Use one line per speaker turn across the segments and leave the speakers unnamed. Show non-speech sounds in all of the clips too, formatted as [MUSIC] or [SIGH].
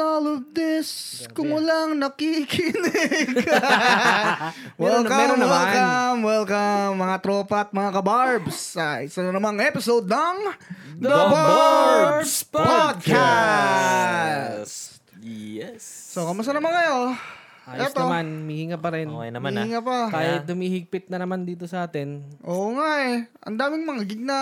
all of this kung walang nakikinig. [LAUGHS] welcome,
Meron- meron naman.
welcome, welcome mga tropa at mga kabarbs sa isa na namang episode ng The, Barbs Podcast.
Yes.
So, kamusta naman kayo?
Ayos
Eto.
naman, mihinga pa rin.
Okay naman ah.
Hinga pa.
Kahit dumihigpit na naman dito sa atin.
Oo nga eh. Ang daming mga gig na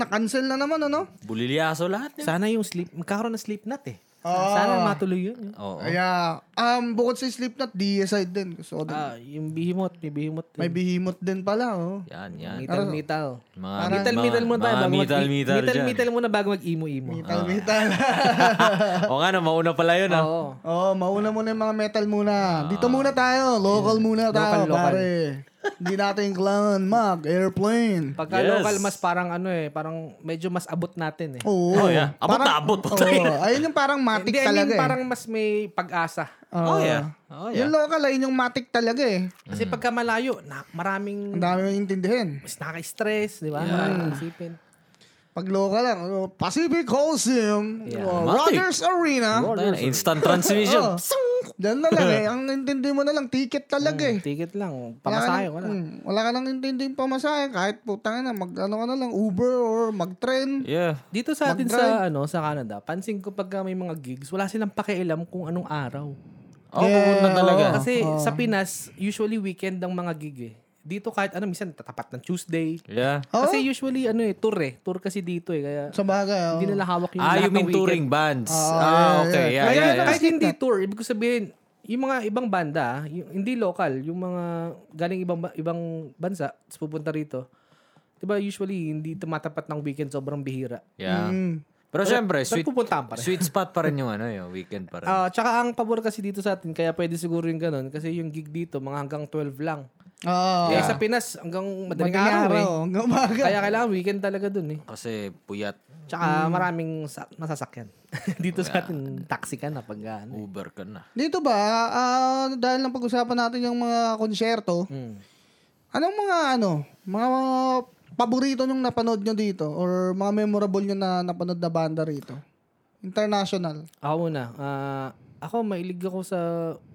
na-cancel na naman, ano?
Bulilyaso lahat yan.
Sana yung sleep, magkakaroon ng sleep nut eh.
Oo.
Sana matuloy yun.
Oo.
Kaya, um, bukod sa Slipknot, DSI din. Gusto ko din.
Ah, yung behemoth, may behemoth.
May behemoth din pala, oh.
Yan,
[LAUGHS]
yan.
Metal, metal. metal,
Mga mga-
metal muna Ah, tayo.
Mga
bago mag-
metal, metal,
metal,
dyan.
metal muna bago mag-imo-imo.
Metal,
[LAUGHS]
metal.
o nga, no, mauna pala yun ah.
Oo.
oh, mauna muna yung mga metal muna. Dito muna tayo. Local muna tayo,
local.
pare. Hindi natin kailangan mag airplane.
Pagka
Yes.
local, mas parang ano eh, parang medyo mas abot natin eh.
Oo.
Oh, yeah. Abot na abot, patay.
[LAUGHS] Oo, ayun yung parang matik
Hindi, I mean,
talaga eh.
parang mas may pag-asa.
Oh, yeah. Oh, yeah.
Yung local, ayun yung matik talaga eh.
Kasi
Mm-hmm.
pagka malayo, na, maraming
Ang dami mong intindihin.
mas nakaka-stress, di ba? Maraming isipin.
Pag local lang, oh, Pacific Coliseum, oh,
Matik.
Rogers Arena.
Tayo na, instant transmission.
Oh, Diyan na lang eh. Ang intindi mo na lang, ticket talaga eh.
Hmm, Ticket lang,
Wala ka
pamasahe
nang-
wala.
mm, wala ka nang intinding pamasahe. Kahit putang na, mag ano ka na lang, Uber or mag-train.
Yeah.
Dito sa atin sa ano sa Canada, pansin ko pagka may mga gigs, wala silang pakialam kung anong araw.
Oh, pupunta talaga.
Kasi sa Pinas, usually weekend ang mga gig eh. Dito kahit ano, minsan tatapat ng Tuesday.
Yeah.
Oh.
Kasi usually ano eh, tour eh. Tour kasi dito eh. Kaya
Sa bagay, oh.
hindi nila hawak yung
Ah,
lahat
you mean
ng weekend.
touring bands.
yeah,
Ah, okay. Yeah,
Kaya
yeah, yeah.
kahit hindi tour, ibig ko sabihin, yung mga ibang banda, ah, yung, hindi local, yung mga galing ibang ba- ibang bansa, tapos pupunta rito. 'Di ba usually hindi tumatapat ng weekend sobrang bihira.
Yeah. Pero syempre,
Sweet.
sweet,
pupuntahan pa rin.
sweet spot pa rin yung ano, yung weekend pa rin.
Ah, tsaka ang pabor kasi dito sa atin, kaya pwede siguro yung ganun kasi yung gig dito mga hanggang 12 lang.
Oo.
Kaya sa Pinas hanggang madaling,
Madaling
araw,
araw,
eh.
[LAUGHS] hanggang umaga.
Kaya kailangan weekend talaga dun eh.
Kasi puyat,
Tsaka
Hmm.
maraming sa- masasakyan. [LAUGHS] dito sa atin taxi ka na pag ano.
Uber ka na.
Dito ba, ah, dahil nang pag-usapan natin yung mga konsyerto,
Mm.
anong mga ano, mga paborito nung napanood nyo dito or mga memorable nyo na napanood na banda rito? International.
Ako muna. Ah, ako, mailig ako sa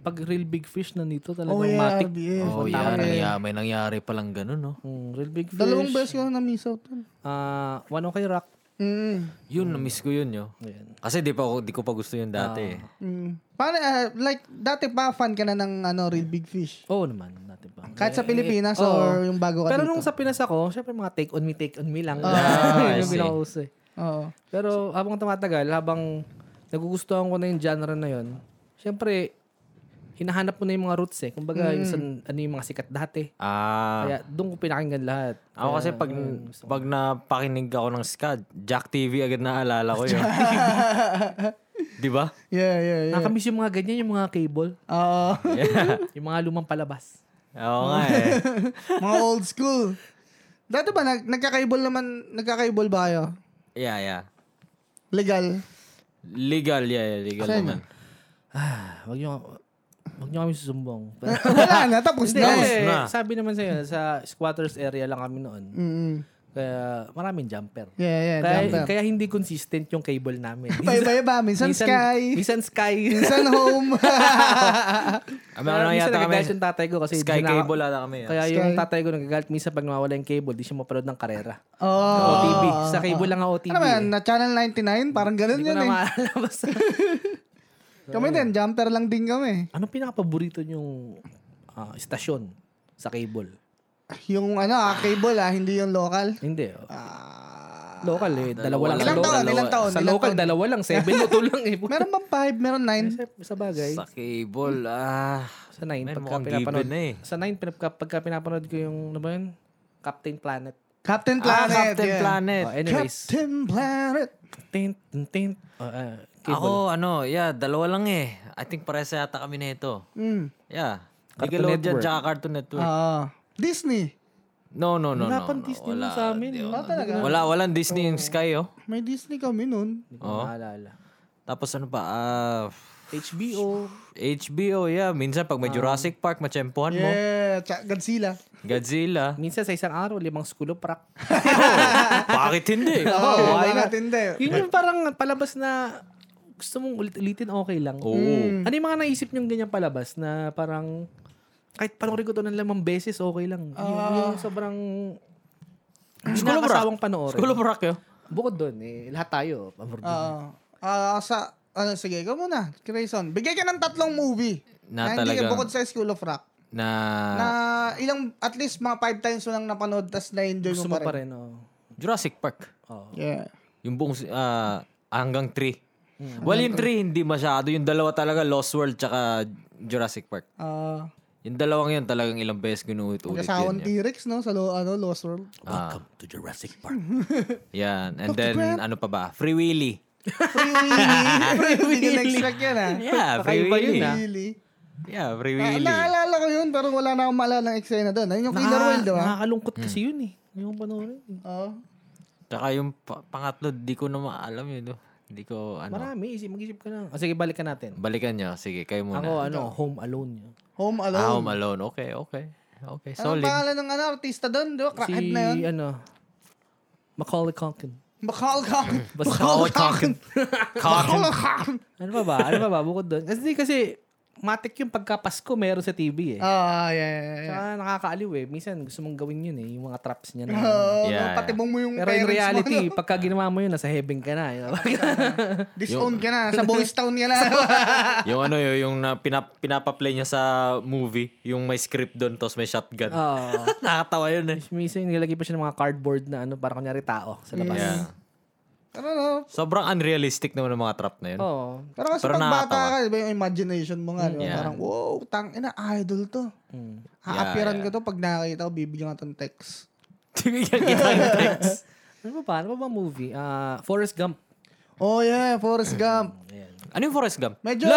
pag real big fish nandito talagang
Oh, yeah,
matik.
RBF.
Oh,
Punta ka
yeah,
na eh.
nangyari, may nangyari palang ganun, no?
Mm, real big fish.
Dalawang beses ko na miss out.
Ah, one okay rock.
Mm.
Yun, na-miss ko yun, yo.
Ayan.
Kasi di pa ako, di ko pa gusto yun dati. eh.
Mm. Paano, ah, like, dati pa fan ka na ng ano, Real Big Fish.
Oo naman, natin pa.
Kahit sa Pilipinas
oo.
or yung bago ka
Pero
dito.
nung sa Pinas ako, syempre mga take on me, take on me lang. Yun
Ah, I
[LAUGHS] yung
see.
pinakauso eh.
Oo.
Pero habang tumatagal, habang nagugustuhan ko na yung genre na yun, syempre, hinahanap mo na yung mga roots eh. Kumbaga, yung san- ano yung mga sikat dati.
Ah,
Kaya doon ko pinakinggan lahat.
ako kasi pag, pag napakinig ako ng ska, Jack TV agad naalala ko
[LAUGHS]
yun. di ba?
Yeah, yeah, yeah.
Nakamiss yung mga ganyan, yung mga cable,
Oo. [LAUGHS]
Yeah.
yung mga lumang palabas.
Oo nga eh.
mga old school. Dati ba, nag nagkakaibol naman, nagkakaibol ba kayo?
Yeah, yeah.
Legal. [LAUGHS]
Legal, yeah, yeah legal naman.
Ah, wag niyo wag niyo kami susumbong. [LAUGHS] Pero,
Wala na, tapos
hindi,
na.
eh,
na.
sabi naman sa'yo, sa squatters area lang kami noon.
Mm-mm.
Kaya maraming jumper.
Yeah, yeah,
kaya,
jumper.
kaya hindi consistent yung cable namin.
Paiba ba? Minsan sky,
Minsan sky.
[LAUGHS] minsan home.
Ah, meron
minsan
yata kami,
nagagalit yung tatay ko kasi di
Sky
na-
Cable ata kami. ah.
Kaya yung tatay ko nagagalit minsan pag nawawala yung cable, di siya mapanood ng karera.
oh.
OTV. Sa cable lang ang OTV.
Ano ba yan? Na channel 99? Parang ganun
Hindi ko
yan
na
eh.
maalala
[LAUGHS]
basta.
Kami din, jumper lang din kami.
Anong pinakapaborito niyong ah, estasyon sa cable?
Yung ano, ah, cable ah, hindi yung local.
Hindi. oh.
Ah,
Local eh. Dalawa lang.
ilang
sa
taon?
local.
Ilang taon?
Sa
ilang
local,
taon?
dalawa lang. Seven mo to lang
[LAUGHS]
eh.
Meron bang 5? Meron 9?
Sa- sa bagay.
Sa cable, ah.
Sa nine,
Man,
pagka
mukhang
pinapanood.
given na eh.
Sa nine, pinapka, pagka pinapanood ko yung, ano ba yun? Captain Planet.
Captain
Ah,
Planet.
Captain
yeah.
Planet.
Oh, anyways.
Captain Planet.
Tint, tint. Oh, ah, cable.
Ako, ano, yeah, dalawa lang eh. I think parehas yata kami nito.
Mm.
Yeah.
Cartoon
Nickelodeon
Network.
tsaka Cartoon Network.
Ah, Disney.
no, no, no,
Wala
no.
pang
no,
Disney
wala.
nun sa amin.
Di-
Wala
talaga.
Wala, walang Disney in Sky, oh.
May Disney kami nun.
Hindi ko maalala.
Tapos ano pa, ah,
HBO.
HBO, yeah. Minsan pag may Jurassic Park, machempuhan mo.
Yeah, tsaka Godzilla.
[LAUGHS]
Godzilla.
Minsan sa isang araw, limang school of rock.
Bakit hindi?
Oo, oh,
why
bakit hindi?
Yun yung parang palabas na gusto mong ulit-ulitin, okay lang.
Oo.
Ano yung mga naisip nyong ganyan palabas na parang kahit panoorin ko to ng lamang beses, okay lang. Yung, yung sobrang
School of Rock.
nakakasawang panoorin.
School of Rock yun.
Bukod doon, eh, lahat tayo. pabor dun.
Ah, ah, sa, ano, sige, ikaw muna, Grayson. Bigay ka ng tatlong movie.
Na
hindi
talagang- Ah.
ka bukod sa School of Rock.
Na,
na ilang, at least mga five times mo lang napanood, tas na-enjoy
gusto
mo
mo
pa rin.
pa rin. oo.
Jurassic Park.
Oo.
Yeah.
Yung buong, ah, hanggang 3. Well, yung 3 hindi masyado. Yung dalawa talaga, Lost World tsaka Jurassic Park.
Ah,
Yung dalawang yun talagang ilang beses ginuhit-ulit
kasawang
yun. Ah.
T-Rex, no? Sa lo, ano, Lost World.
Welcome to Jurassic Park.
[LAUGHS] Yan. And then, ano pa ba? Free Willy.
Free Willy. [LAUGHS] Free Willy. Hindi ko na-expect yan, ah.
Yeah, Free
Kakaiba
Willy.
yun, ah.
Willy.
Yeah, Free
Ah,
Willy.
naalala ko yun, pero wala na akong maalala ng eksena doon. Ah, Ayun yung Killer Whale, di ba?
Ah, Nakakalungkot kasi yun eh. Yung panoorin.
Oo.
Tsaka yung pa- pangatlo, di ko na maalam yun. no? Di ko, ano.
Marami, isip, mag-isip ka na. O sige, balikan natin.
Balikan nyo. Sige, kayo muna.
Ako, ano, home alone. yun.
Home Alone.
Ah, Home Alone. Okay, okay. Okay,
Anong
solid.
pangalan ng ano, artista doon? Di ba?
Si,
Crackhead na yun.
ano, Macaulay Culkin.
[LAUGHS] Bakal ka.
Basta-
Macaulay Culkin. Culkin.
Bakal ka.
Ano pa ba? Ano pa ba? Bukod doon. Kasi, kasi, matik yung pagkapasko meron sa TV eh.
Ah, yeah, yeah, yeah.
Tsaka nakakaaliw eh. Minsan gusto mong gawin yun eh. Yung mga traps niya na.
Oo,
Yeah, yeah.
patibong mo [LAUGHS] yung
Pero
parents
in reality,
mo.
pagka ginawa mo yun, nasa heaven ka na.
[LAUGHS] Ano? Disown ka na. Sa boys town
[LAUGHS]
ka na.
yung ano yun, yung na, pinap, pinapaplay niya sa movie, yung may script doon, tapos may shotgun.
Ah.
[LAUGHS]
Oo.
Nakakatawa yun eh.
Minsan nilalagay pa siya ng mga cardboard na ano, para kunyari tao sa labas.
Yeah.
Pero no.
Sobrang unrealistic naman ng mga trap na yun.
Oh.
Oo.
Pero kasi
Pero
pag bata
nakakatawa.
ka, di ba yung imagination mo nga, di
Mm,
ba?
Yeah.
Parang, wow, tang ina, idol to. Haapiran ko to pag nakakita ko, bibigyan ka tong text.
[LAUGHS] Tingnan kita yung text.
Ano pa ba? Ano pa ba movie? Ah, Forrest Gump.
Oh yeah, Forrest Gump.
[LAUGHS]
Mm.
Ano yung Forrest Gump?
Medyo,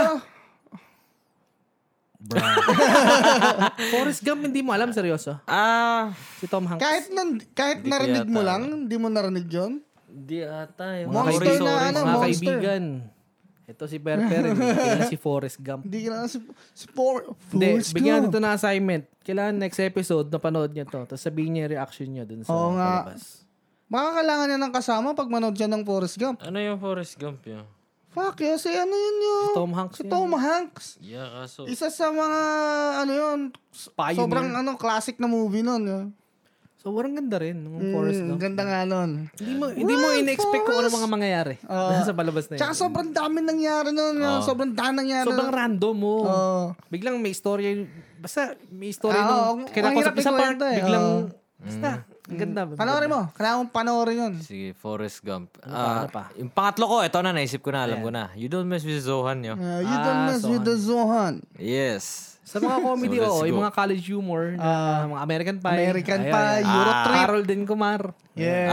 Forrest Gump, hindi mo alam, seryoso.
Ah,
Si Tom Hanks.
kahit, nan, kahit narinig mo lang, hindi mo narinig yun.
di ata.
Mga Monster na ano,
mga
monster.
kaibigan. Ito si Perper,
[LAUGHS]
hindi si Forrest Gump.
Hindi ka na si, si For,
Hindi,
Forrest
bigyan natin
Gump.
ito na assignment. Kailangan next episode, napanood niya to. Tapos sabihin niya yung reaction niya dun sa
Oo nga.
palabas.
Baka kailangan niya ng kasama pag manood siya ng Forrest Gump.
Ano yung Forrest Gump yun?
Fuck, yun, si ano yun yun?
Si Tom Hanks
Si
yun.
Tom Hanks.
Yeah, kaso.
Isa sa mga, ano yun, s-
Pioneer.
sobrang ano, classic na movie nun. yun.
So, warang ganda rin ng Forrest
Mm,
Gump.
ganda nga nun.
Hindi mo, hindi mo in-expect kung ano mga
[LAUGHS]
mangyayari dun [LAUGHS] sa palabas na yun.
Oh. Tsaka ano- sobrang dami nangyari nun. yun. Sobrang dami nangyari
Sobrang
nun.
random mo.
Oo.
Biglang may story. Basta may story
Oh. Ah, oo.
nung kinakausap
Mahirap
isa part.
ikwento eh, Mm. Ano?
Biglang,
oo.
basta, ang ganda.
Panoorin mo. Kailangan mong panoorin yun.
Sige, Forrest Gump. Ano
ano pa?
Yung pangatlo ko, ito na, naisip ko na, alam ko na. You don't mess with Zohan yun.
Uh, you don't mess with the Zohan.
Yes.
Sa mga comedy,
So, let's
oo, yung
go.
mga college humor, na mga American Pie.
Ah. American
Ayan.
Pie, Eurotrip.
Harold and Kumar.
Yeah.
Ah, Harold and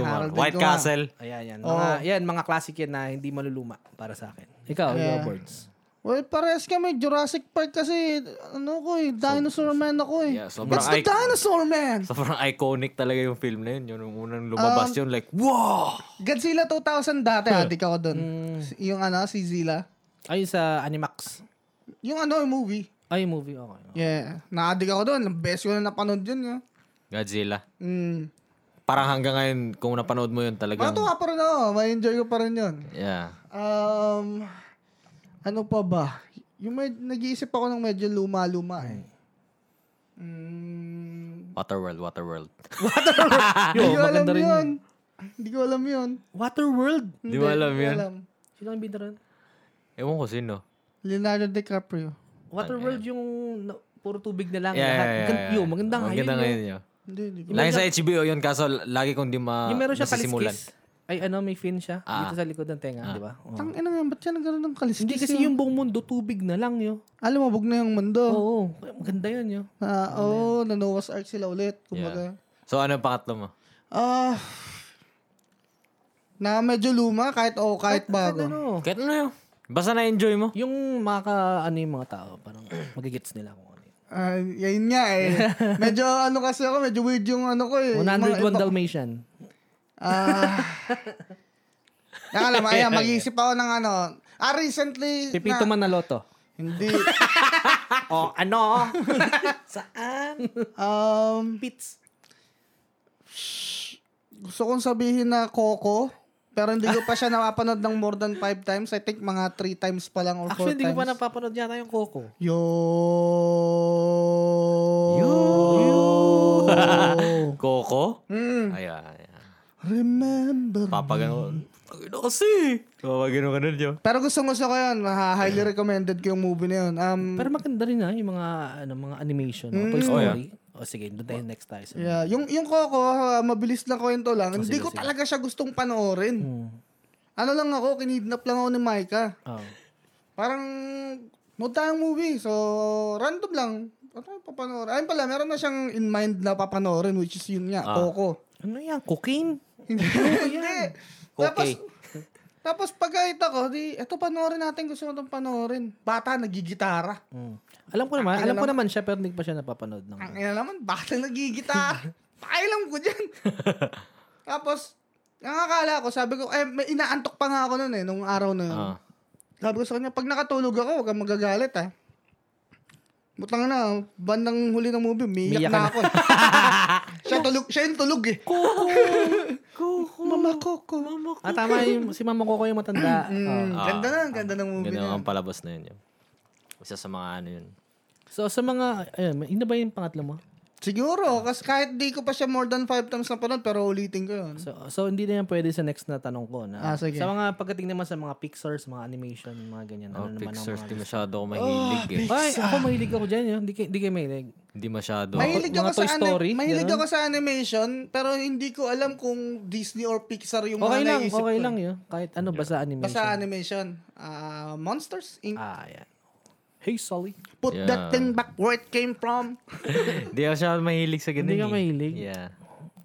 Kumar.
Harold and
White
Kumar.
Castle.
Ayan, yan. Mga,
Oh.
yan, mga classic yan na hindi maluluma para sa akin. Ikaw, your words.
Well, parehas kami. Jurassic Park kasi, ano ko eh, Dinosaur Man ako eh.
Yeah, sobrang
It's the
ic-
Dinosaur Man!
Sobrang iconic talaga yung film na yun. Yun, Yung unang lumabas yun, like, wow!
Godzilla 2000 dati, adik ako doon. Yung ano, si Zilla.
Ayun sa Animax.
Yung ano, yung movie.
Ay, yung movie. Okay.
Yeah. Na-addict ako doon. Best ko na napanood yun. Yeah.
Godzilla.
Mm.
Parang hanggang ngayon, kung napanood mo yun talagang...
Matuwa pa rin ako. May enjoy ko pa rin yun.
Yeah.
Um, ano pa ba? Yung med- nag-iisip ako ng medyo luma-luma eh. Mm.
Waterworld, Waterworld.
Hindi
Yo,
ko alam
maganda rin
yun.
yun.
Hindi ko alam yun.
Waterworld.
Di mo alam
Hindi ko
yun?
Sino ang bida ron?
Ewan ko sino.
Leonardo DiCaprio.
Waterworld yung na- puro tubig na lang.
Yeah, yeah,
lahat.
yeah,
Gan-
yeah.
Yo, maganda nga yun.
Maganda
yo.
ngayon yun.
Hindi, hindi ko.
Lagi sa HBO yun, kaso lagi kong di ma
Yung meron siya
nasisimulan.
kaliskis. Ay ano, may fin siya. Dito sa likod ng tenga, di ba? Oo.
Tang ina nga, ba't siya nagkaroon ng kaliskis?
Hindi kasi yung buong mundo tubig na lang yo.
Alam mo, bug na yung mundo.
Oo, maganda yun yo.
Ah, Oo, oh, na Noah's Ark sila ulit. Kumbaga.
So ano yung pangatlo mo?
Ah, na medyo luma, kahit oo, kahit bago.
Ano?
Kahit ano yun. Basta na-enjoy mo.
Yung makaka ano yung mga tao, parang magigets nila kung ano. yun.
Ah, yun nga eh.
[LAUGHS]
Medyo ano kasi ako, medyo weird yung ano ko eh.
101
Mga-
Dalmatian. [LAUGHS]
Ah. Teka lang, ayan, mag-iisip ako ng ano. Ah, recently...
Pipito
na,
Manaloto.
Hindi.
Oh, [LAUGHS] ano? Saan?
Um,
Pits.
gusto kong sabihin na Coco. Pero hindi ko pa siya napapanood ng more than 5 times. I think mga 3 times pa lang or 4 times.
Actually, hindi ko pa napapanood yata yung Coco.
Yo!
Yo! Coco?
Mm.
Ayan, ayan.
[LAUGHS] Remember.
Papagano. Ano kasi? Papagano ka nun, Joe.
Pero gusto gusto ko yun. Ha- Highly recommended ko yung movie na yun. Um,
Pero maganda rin ha, yung mga, ano, mga animation, mga Toy Story. O sige, doon tayo next tayo. sa-
Mm. Oh, yeah. Yung, yung Coco, ha, mabilis na kwento lang. hindi ko talaga siya gustong panoorin.
Oh, Hmm.
Ano lang ako, kinidnap lang ako ni Micah.
Oh.
Parang, nood tayong movie. So, random lang. Ano papanoorin? Ayun pala, meron na siyang in mind na papanoorin, which is yun nga, Coco.
Ano yan? Cocaine?
Hindi. Hindi. Tapos,
Okay.
tapos pagkait ako, di, eto panoorin natin, gusto mo itong panoorin. Bata, nagigitara.
Hmm. Alam
Ah,
ko naman, alam ko naman siya pero hindi pa siya napapanood ng
Ang ina naman, bata nagigitara. Pakailam ko dyan. tapos, ang akala ko, sabi ko, eh, may inaantok pa nga ako nun eh, nung araw na yun.
Ah.
Sabi ko sa kanya, pag nakatulog ako, huwag kang magagalit ah. Butang na, bandang huli ng movie, miyak
Miyak ka
na,
na.
ako. eh. siya tulog, siya yung tulog eh.
Coco!
[LAUGHS]
Coco!
Mama Coco.
Ah, tama yung, si Mama Coco yung matanda. Oh.
Mm, ganda na, ganda ng movie
Ganun
na.
ang palabas na yun, Joe. Isa sa mga ano yun.
So, sa mga, ayun, may- yun na ba yung pangatlo mo? Ah.
Siguro, kasi kahit di ko pa siya more than five times napanood, pero ulitin ko yun.
So, so hindi na yan pwede sa next na tanong ko. Na,
Ah, sige.
Sa mga pagdating naman sa mga Pixar, sa mga animation, mga ganyan.
Oh,
ano naman ang
Pixar,
mga... Ah!
di masyado ako mahilig eh.
Ay, ako mahilig ako dyan. Yun. Hindi, kayo- hindi kayo mahilig.
Di masyado.
Mahilig
Oh, Mga
ako sa
Toy
ani-
Story,
mahilig
ganun?
ako sa animation, pero hindi ko alam kung Disney or Pixar yung mga
Okay lang,
naisip
okay
ko. eh.
lang yun. Kahit ano, basta animation.
Basta animation. Ah, Monsters Inc.
Ah, yan. Hey, Sully.
Put
Yeah.
that thing back where it came from.
[LAUGHS] Di ako siya mahilig sa ganun
Hindi ka
eh.
mahilig?
Yeah.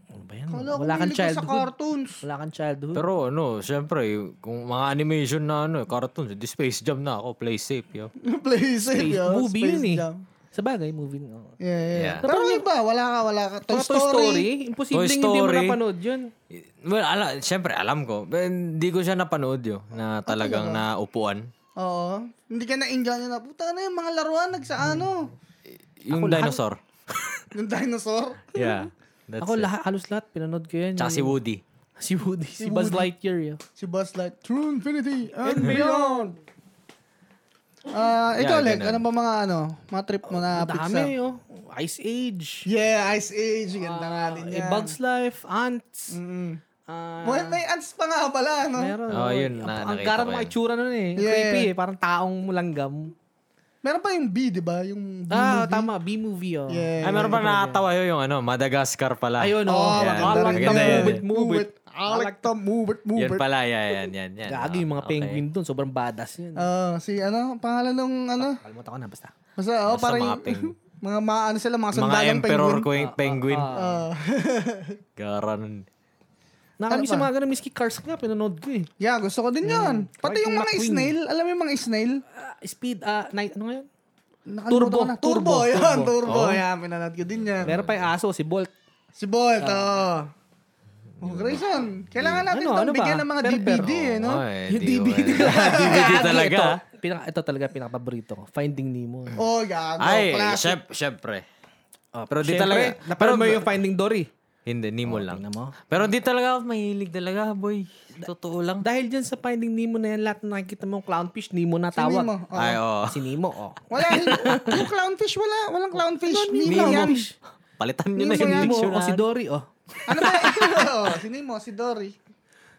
Ano ba yan?
Wala,
Wala
childhood.
kang
Sa
childhood.
cartoons. [LAUGHS]
Wala kang childhood.
Pero ano, syempre, kung mga animation na ano, cartoons, di Space Jam na ako, play safe, yo.
Play safe.
Space,
yo.
movie
Space
yun eh.
Jam.
Sa bagay, movie. No.
Yeah, yeah.
Yeah.
Pero iba, wala ka, wala ka. Toy
Mga
Story.
Imposible
Toy
hindi mo
Story.
napanood yun.
Well, ala, syempre, alam ko. Pero Hindi ko siya napanood, yo,
Ah,
na talagang naupuan.
Oo. Hindi ka nainganyo na, puta na yung mga laruan, nagsa ano.
Yung dinosaur.
Hmm.
Yung dinosaur.
[LAUGHS]
yeah. That's
Ako
it.
lahat, halos lahat, pinanood ko yan.
Tsaka si
Yung-
Woody.
si Woody. Si Buzz Lightyear. Yun.
Si Buzz Light. True Infinity and beyond. Ah, ikaw,
Yeah,
Leg,
ganun.
ano ba mga ano, mga trip mo na
Ang
Pixar?
dami, oh. Ice Age.
Yeah, Ice Age. Ganda nga din
Ah, eh,
yan.
Bugs Life, Ants.
Mm.
ah,
Well, may ants pa nga pala, no?
meron.
Oh, yun,
Ang-
na-
Ang
nakita
gara
ko
ng mga
yun.
itsura nun eh.
Yeah.
Creepy eh. Parang taong langgam.
Meron pa yung B, di ba? Yung B
Ah,
movie.
tama. B-movie, oh.
Yeah.
Ay, meron pa nakatawa yun, yung ano, Madagascar pala.
Ayun, oh.
Oh,
Yeah,
maganda
I
rin
like
maganda
the
yun.
yan.
move it, move it.
I like to move it, move
Yan
it.
pala, yan, yan, yan. yan
Gagi yung mga
Okay.
penguin dun. Sobrang badass yun.
Ah, si ano, pangalan nung ano?
Kalimutan ko na, basta.
Basta, oh,
Basta
parang
mga
mga,
peng-
[LAUGHS] mga ma- ano sila, mga
Mga
sandalang
emperor
penguin.
penguin. penguin.
Ah.
Gara nun.
Nakamiss
Ano
yung mga ganun, miski cars nga, pinanood ko eh.
yeah, gusto ko din yun. Pati
Hmm. Kahit
yung
yung
mga
McQueen.
snail, alam mo yung mga snail?
Ah, speed, ah, night, ano ngayon?
Nakalimutan
Turbo,
ko na. turbo,
turbo,
yun,
turbo. Oh.
turbo. [LAUGHS] Yan, pinanood ko din yan.
Meron pa yung aso, si Bolt.
Si Bolt, oh. Oh, Grayson, kailangan natin
Ano,
itong
ano ba?
bigyan ng mga
Pero, pero, oh,
DVD, eh, no?
Ay,
Yung
Oh, di ko
DVD. [LAUGHS]
alam. [LAUGHS] DVD talaga.
Ito, pinaka, ito talaga pinaka-paborito ko. Finding Nemo.
Oh, gago.
Ay,
classic.
syem- syempre. Ah, Pero di
Siyempre,
talaga.
Oh, Napanood mo yung Finding Dory.
Hindi, Nemo lang.
tingnan mo.
Pero hindi talaga ako mahilig talaga, boy. Totoo lang.
Dahil dyan sa Finding Nemo na yan, lahat na nakikita mo clownfish, Nemo na
Hindi mo. Oh.
tawag.
Ay, oo.
Si Nemo, oh. [LAUGHS]
Wala, yung clownfish, wala. Walang clownfish. Nemo yan.
Palitan nyo na
Nemo
yung
yan.
Nemo,
picture ah.
oh, si
na.
Dory, oh.
Ano ba? [LAUGHS] Oo, si Nemo, si Dory.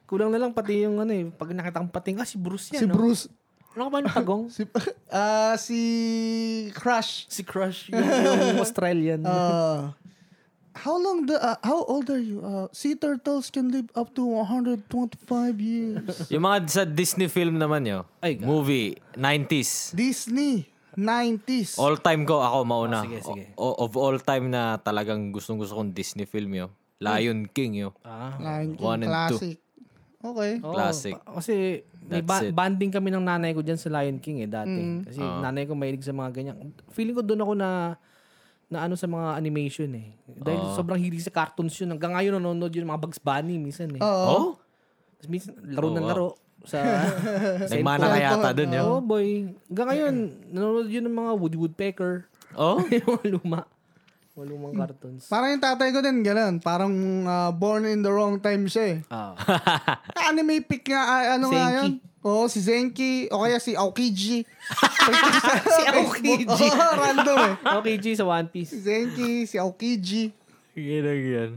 Kulang na lang pati yung ano eh, pag nakita kong pating, ah, si Bruce
Si
yan, no?
Bruce.
Ano ka ba yung pagong?
Si, [LAUGHS] ah si Crush.
[LAUGHS] si Crush, Oh. yung, yung Australian.
Uh, how long the ah, how old are you? Uh, sea turtles can live up to 125 years.
Yung mga sa Disney film naman yo.
Ay, God.
Movie, 90s.
Disney 90s.
All time ko, ako
Oh,
mauna.
sige, sige.
O- of all time na talagang gustong gusto kong Disney film yo. Lion King yo.
ah.
Lion King
One and
classic. Okay.
Oo,
Classic.
Oh, pa- kasi may ba-
That's it. Ah.
bonding kami ng nanay ko dyan sa Lion King eh dati.
Mm.
Kasi nanay ko mahilig sa mga ganyan. Feeling ko doon ako na na ano sa mga animation eh. Dahil
Ah.
sobrang hilig sa cartoons yun. Hanggang ngayon nanonood yun ng mga Bugs Bunny minsan eh.
Oo.
Oh?
Tapos minsan laro na
wow.
laro
[LAUGHS]
sa
Cellphone.
Nagmana ka yata dun yo.
Oh [LAUGHS] boy. Hanggang ngayon nanonood yun ng mga Woody Woodpecker.
Oh?
yung mga luma. Walumang cartoons.
Parang yung tatay ko din, ganun. Parang ah, born in the wrong time siya eh.
Ah.
Anime pick nga, [LAUGHS] ah, ano nga
Zenki.
yun? Oo, si Zenki. O kaya si Aokiji. si
Aokiji.
Oo, random eh.
okay, G, sa One
Si
Piece.
Zenki, si Aokiji.
Yan ang yan.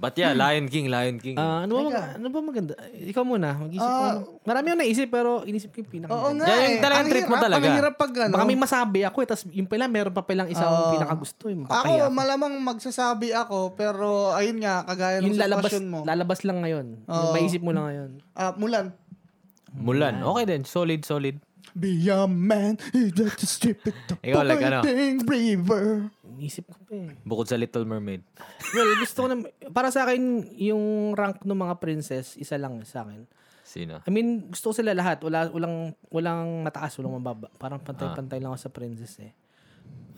But yeah, Lion King, Lion King.
Ah, ano, ba mag- ano ba maganda? Ikaw muna, mag-isip ka.
Ah.
Ano- Marami yung naisip pero inisip ko yung pinaka.
Oo nga eh.
Yan yung talagang
Ang
trip mo
hirap,
talaga.
Ang hirap pag ano.
Baka may masabi ako eh, tapos yung pala, meron pa palang isa akong pinakagusto. eh,
ako,
Yung makakaya.
malamang magsasabi ako, pero ayun nga, kagaya ng
yung lalabas,
sitwasyon mo.
lalabas lang ngayon.
Oo.
Maisip mo lang ngayon.
Ah, Mulan.
Mulan. Okay din. Solid, solid.
Be a man, you got to strip it the
Ikaw, like, ano?
pointing river.
Inisip ko pa eh.
Bukod sa Little Mermaid.
Well, gusto ko na, para sa akin, yung rank ng mga princess, isa lang sa akin.
Sino?
I mean, gusto ko sila lahat. Wala, walang, walang mataas, walang mababa. Parang
Ah.
pantay-pantay lang ako sa princess eh.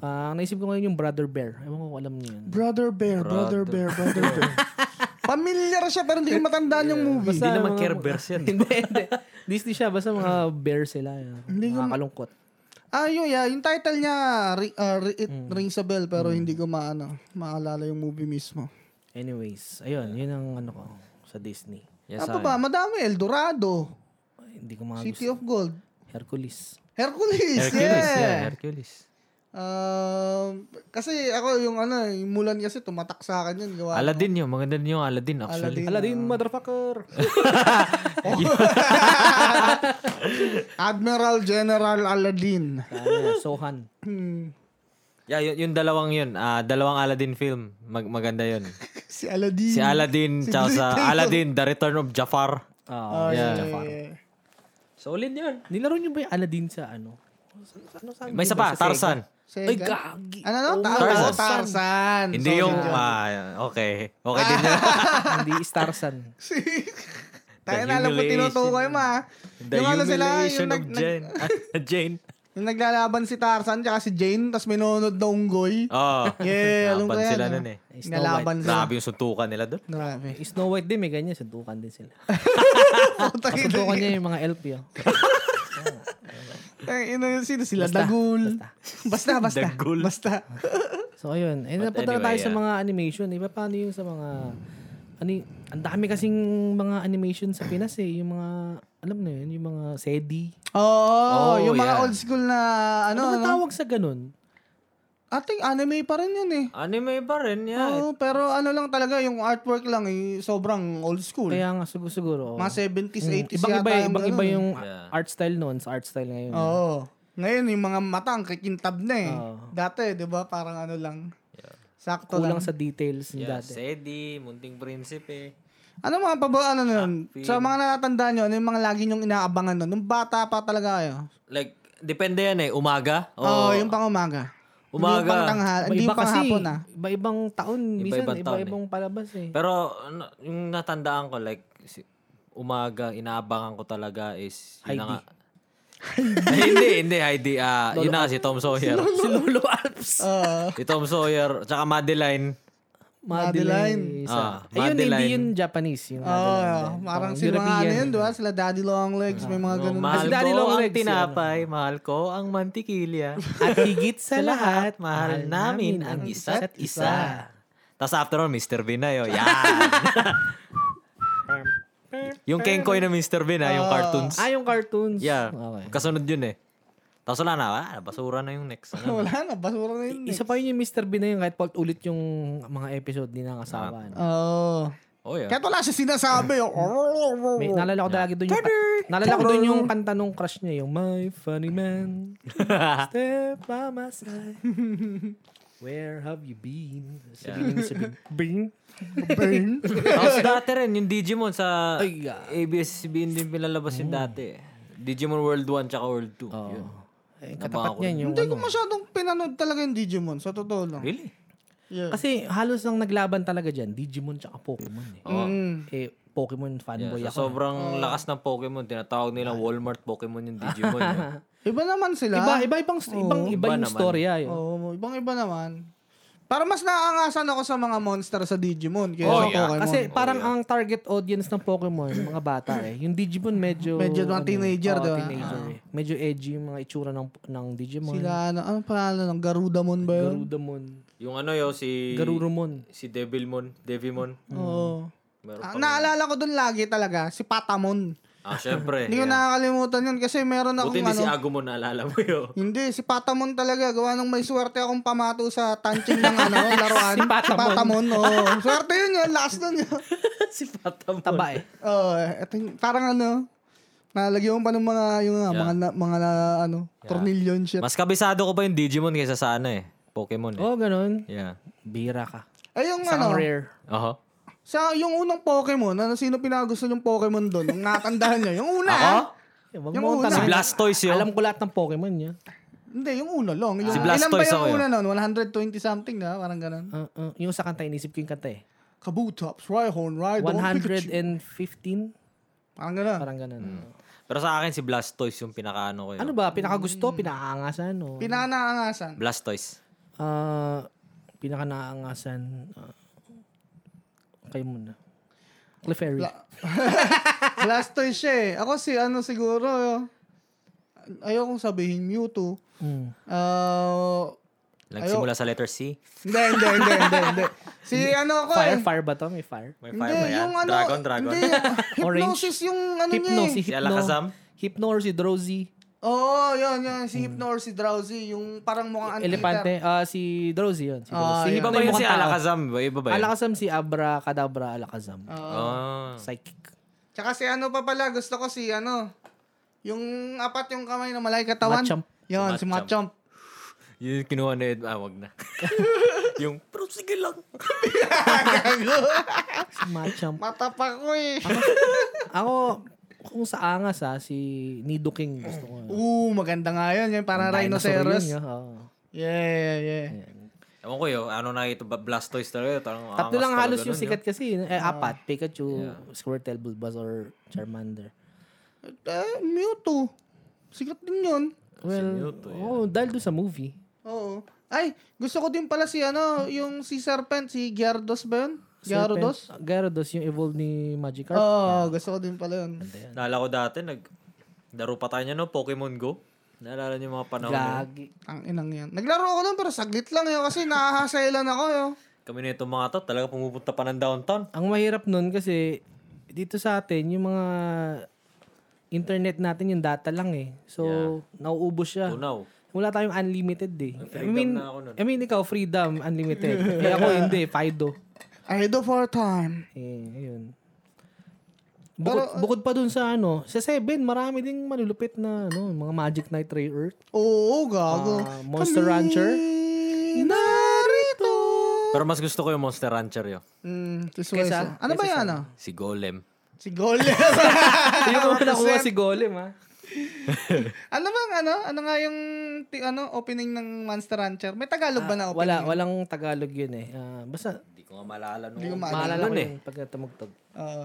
Ah, naisip ko ngayon yung Brother Bear. Ewan ko kung alam niyo yun.
Brother Bear, Brother, Bear, Brother Bear. [LAUGHS] Familiar siya pero hindi ko matandaan yung movie.
Hindi naman Care Bears yan.
[LAUGHS] hindi, hindi. Disney siya. Basta mga bear sila. Hindi Nakakalungkot.
Ah, yun, yeah. Yung title niya, ri- ah, ri- it
Mm.
rings a bell pero hindi ko maano, maalala yung movie mismo.
Anyways, ayun. Yun ang ano ko sa Disney.
Yes, ah,
ano
ako.
pa ba? Madami. El Dorado,
Ay, Hindi ko mga gusto.
City of Gold,
Hercules.
Hercules,
Hercules.
yeah.
Yeah, Hercules.
Um, kasi ako yung ano, yung Mulan kasi tumatak sa akin yun. Gawa.
Aladdin yun. Maganda din yung Aladdin actually.
Aladdin.
Aladdin, motherfucker.
[LAUGHS]
[LAUGHS] Admiral General Aladdin.
Ano, Sohan.
Hmm.
Yeah, yun, yung dalawang yun. Ah, dalawang Aladdin film. Mag- maganda yun.
[LAUGHS] Si Aladdin.
Si Aladdin, tsaka sa Aladdin, The Return of Jafar.
Oh,
Ah,
yeah.
Solid yun.
Nilaro niyo ba yung Aladdin sa ano? Sa- sa- Ano sa
May isa pa, Tarzan.
Sega.
Ay, gagi.
Ano, no?
Oh,
Tarzan.
Tarzan.
Tarzan. [LAUGHS]
Hindi
Sorry,
yung,
John.
ah, okay. Okay
[LAUGHS]
din yun.
[LAUGHS] Hindi, is Tarzan.
Tayo na alam ko
humiliation.
tinutukoy mo ah.
The
Yung ano sila,
humiliation
yung, nag,
of
nag,
Jane. [LAUGHS]
[LAUGHS]
Jane.
yung naglalaban si Tarzan tsaka si Jane tapos may nunod na
[LAUGHS]
unggoy.
Oh.
Yeah, alam ko
Nakapan
yan.
sila
ah.
nun eh.
Snow
Nalaban sila.
Grabe yung suntukan nila doon.
Grabe.
[LAUGHS]
Yung Snow White din, may ganyan. Sundukan din sila.
Putang ina.
Sundukan niya yung mga elf yun.
Ang eh, ina yun, sino sila? Dagul. Basta, basta.
Dagul. [LAUGHS]
Basta.
So, ayun. Eh,
But
napunta na tayo
anyway,
sa
yeah.
mga animation. Iba paano yung sa mga... Ano, y- ang dami kasing mga animation sa Pinas eh. Yung mga, alam na yun, yung mga SEDI.
Oo,
Oh,
yung mga
yeah.
old school na
Ano,
ano,
ba
ano.
tawag sa ganun?
Ating anime pa rin yun eh.
Anime pa rin,
Ah,
yeah.
Oo, pero ano lang talaga, yung artwork lang eh, sobrang old school.
Kaya nga, siguro, siguro. oh.
Mga 70s, 80s
ibang
yata yung
iba, ibang
ganun Oh,
iba
eh.
yung
Yeah.
art style noon sa art style ngayon.
Oo. Ngayon, yung mga mata, ang kikintab na eh.
Oo.
Dati, di ba, parang ano lang. Sakto
Kulang
lang.
sa details ng
Yeah,
dati.
Sedi, Munting Prinsipe.
Ano mga pabo, ano nun? Sa mga natatandaan nyo, ano yung mga lagi nyong inaabangan nun? Nung bata pa talaga kayo.
Like, depende yan eh. Umaga?
Oo,
O
yung pang umaga. Hindi
Umaga.
yung pang tanghal. Hindi yung pang hapon ah.
iba-ibang taon. Minsan,
Iba-ibang taon eh.
iba-ibang palabas eh.
Pero ano, yung natandaan ko, like, si- umaga, inaabangan ko talaga is... Yun na nga. [LAUGHS] Ay, hindi, hindi, Heidi. Ah, yun na nga, si Tom Sawyer.
[LAUGHS] si Lolo
[LAUGHS]
Alps.
Oo.
si Tom Sawyer, tsaka Madeline.
Madeline. Isa.
Ah,
Ayun, hindi
Madeline.
yun Japanese. Yung Madeline.
Oo, parang si mga ano yun, di ba? Sila daddy long legs, may mga ganun.
mahal
Daddy
ko ang
Longlegs,
tinapay, mahal ko ang
[LAUGHS]
mantikilya.
At higit sa lahat,
mahal namin ang isa't isa. Tapos after all, Mr. Bean na yun. Yan! yung Kenkoy na Mr. Bean, ah, yung cartoons.
Ah, yung cartoons.
Yeah.
Okay.
Kasunod yun eh. Tapos wala na, ah, basura na yung next. Ano?
[LAUGHS] Wala na, basura na
[LAUGHS]
yun. eh.
Isa pa yun yung Mr. Bean na yun, kahit paulit ulit yung mga episode, hindi
Ah.
nakakasawa. ano.
Oo.
Oh, yeah. [LAUGHS]
Kahit wala siya sinasabi. oh.
May, nalala ko talaga doon yung, ka- nalala ko doon yung kanta nung crush niya, yung My Funny
[LAUGHS]
Man, Step by my side, Where have you been? Sabi ni Mr. Bean,
Burn.
Bean?
Tapos dati rin, yung Digimon sa
Ay, yeah.
ABS-CBN din pinalabas yun dati. eh. Digimon World 1 tsaka World 2. Yun.
Eh,
Nabaka
katapat
ko
niyan
[LAUGHS]
yung
Hindi
Ano?
ko masyadong pinanood talaga yung Digimon. Sa totoo lang.
Really?
Yeah.
Kasi halos ang naglaban talaga dyan, Digimon tsaka Pokemon eh.
Oo.
Mm.
Eh, Pokemon fanboy
Yeah,
ako.
so sobrang lakas ng Pokemon. Tinatawag nilang Walmart Pokemon yung Digimon. eh. [LAUGHS] yun.
Iba naman sila.
Iba, iba, ibang, ibang, iba,
Iba
yung
naman.
storya yun.
Oo, ibang iba naman. Para mas naaangasan ako sa mga monster sa Digimon kaysa sa
Oh, yeah.
Pokemon.
Kasi parang ang target audience ng Pokemon, yung mga bata eh. Yung Digimon medyo... ano,
Medyo mga teenager,
oo,
di ba?
teenager eh. Medyo edgy yung mga itsura ng, ng Digimon.
sila ano, ano pangalan ng Garudamon ba yun?
Garudamon.
Yung ano yo si
Garurumon.
si Devilmon, Devimon.
Oo.
Meron
Ah,
pa.
naalala ko dun lagi talaga, si Patamon.
Ah, syempre.
Hindi ko
yeah.
nakakalimutan yun kasi meron akong
Buti hindi
ano.
si Agumon naalala mo
[LAUGHS]
yo.
Hindi, si Patamon talaga. Gawa nung may swerte akong pamato sa tanching ng ano,
[LAUGHS]
laruan.
Si Patamon.
oo. Swerte yun yun, last nun yun.
si Patamon.
Taba eh.
Oo, eh, eto yung- parang ano, nalagyan mo pa ng mga, yung nga, mga, na- mga na- ano, tornilyo and shit.
Mas kabisado ko pa yung Digimon kaysa sa ano eh. Pokemon eh.
Oo, oh, ganun.
Yeah.
Bira ka.
Ay, yung
Parang
ano,
rare.
Aha.
sa yung unang Pokemon, ano, sino pinagusto yung Pokemon doon? Ang natandaan niya. Yung una,
Ako?
ah.
Eh, wag
Yung
mo
una.
akong
Si
tanongin.
Blastoise yo.
Alam ko lahat ng Pokemon niya.
Hindi, yung una lang. Yung,
Si
ilan ba
Blastoise
yung
ako yun.
una noon? 120 something na, parang ganun.
Ah, ah, yung sa kanta, inisip ko yung kanta eh.
Kabutops, Rhyhorn, Rhydon, Pikachu.
115?
Parang ganun.
Parang ganun.
Pero sa akin si Blastoise yung pinakaano ko yun.
Ano ba? Pinakagusto? Pinakaangasan? O,
Pinanaangasan.
Blastoise.
Ah, pinakanaangasan. ah, kayo muna. Clefairy.
Blastoise siya eh. Ako si ano siguro, ayokong sabihin Mewtwo.
Mm.
Ah,
Nagsimula sa letter C.
Hindi, hindi, hindi, hindi, hindi. Si ano ako eh.
Fire, fire ba to? May fire?
May
Hindi,
fire ba yan?
yung ano.
dragon, dragon.
Hindi,
[LAUGHS]
hypnosis yung ano niya
Hypno,
eh.
si
Si
Hypno.
Alakazam?
Hypno or si Drowsy.
Oo, yun, yun. Si Hypno or si Drowsy. Yung parang mukhang anteater.
Hmm. Elepante. Ah, si Drowsy yun. Si,
Ah,
Drowsy.
yun.
Hypno
[LAUGHS] Iba ba
yung
yun si
mukhang tao.
Alakazam? Ba- Iba ba yun?
Alakazam si Abra, Kadabra, Alakazam.
Oh.
Ah.
Psychic.
Tsaka si ano pa pala, gusto ko si ano. Yung apat yung kamay na malay katawan.
Machamp.
Yun, si Machamp.
Yun yung kinuha ni Ed. Ah, wag na. yung, pero sige lang.
Si Machamp.
Mata pa ko eh. [LAUGHS]
Ako, kung sa angas ha, si Nidoking gusto ko.
Oo, maganda nga yun. Yung parang
Dinosaur
rhinoceros.
yun, ah, oo.
Yeah, yeah, yeah.
Ewan ko yun. Ano na ito? ba- Blastoise talaga. yun, Parang
Tatlo
angas
lang
talaga
halos
nun,
yung
yun.
sikat kasi. Eh,
Ah.
apat. Pikachu, Squirtle, Bulbasaur, Charmander.
Eh, Mewtwo. Sikat din yun.
Well, oh, dahil doon sa movie.
Oo. Ay, gusto ko din pala si ano, yung si Serpent, si Gyarados ba yun? Gyarados?
Serpent- Gyarados, yung evolved ni
Oo,
Magikarp.
oh, gusto ko din pala yun.
Naalala ko dati, nag... Laro pa tayo niya, no? Pokemon Go. Naalala niyo yung mga
Oh.
panahon na yun?
Gagi.
Ang inang yan. Naglaro ako nun pero saglit lang yun kasi nahahasailan ako yun.
Kami na itong mga to, talaga pumupunta pa ng downtown.
Ang mahirap nun kasi dito sa atin, yung mga internet natin, yung data lang eh. So, nauubos siya.
Tunaw.
Wala tayong unlimited eh. I
Freedom
mean,
na ako nun.
I mean, ikaw, freedom,
[LAUGHS]
unlimited. eh, ako hindi, Fido.
I do for time.
Eh, ayun. Bukod,
uh,
bukod pa dun sa ano, sa 7, marami ding malulupit na ano, mga Magic Knight Ray Earth.
Oo, gago.
Ah, Monster Rancher?
Narito.
Pero mas gusto ko yung Monster Rancher yun.
Mm, si Suesa. Ano ba yan ah?
Si Golem.
Si Golem.
Hindi
Ah,
mo nakuha si Golem, ah. ha?
[LAUGHS] ano bang ano? Ano nga yung ti- ano opening ng Monster Rancher? May Tagalog ba na opening?
Wala, walang Tagalog yun eh. Ah, basta,
Hindi ko nga maalala nung.
maalala ko
eh.
yun pag tumugtog.
Oo.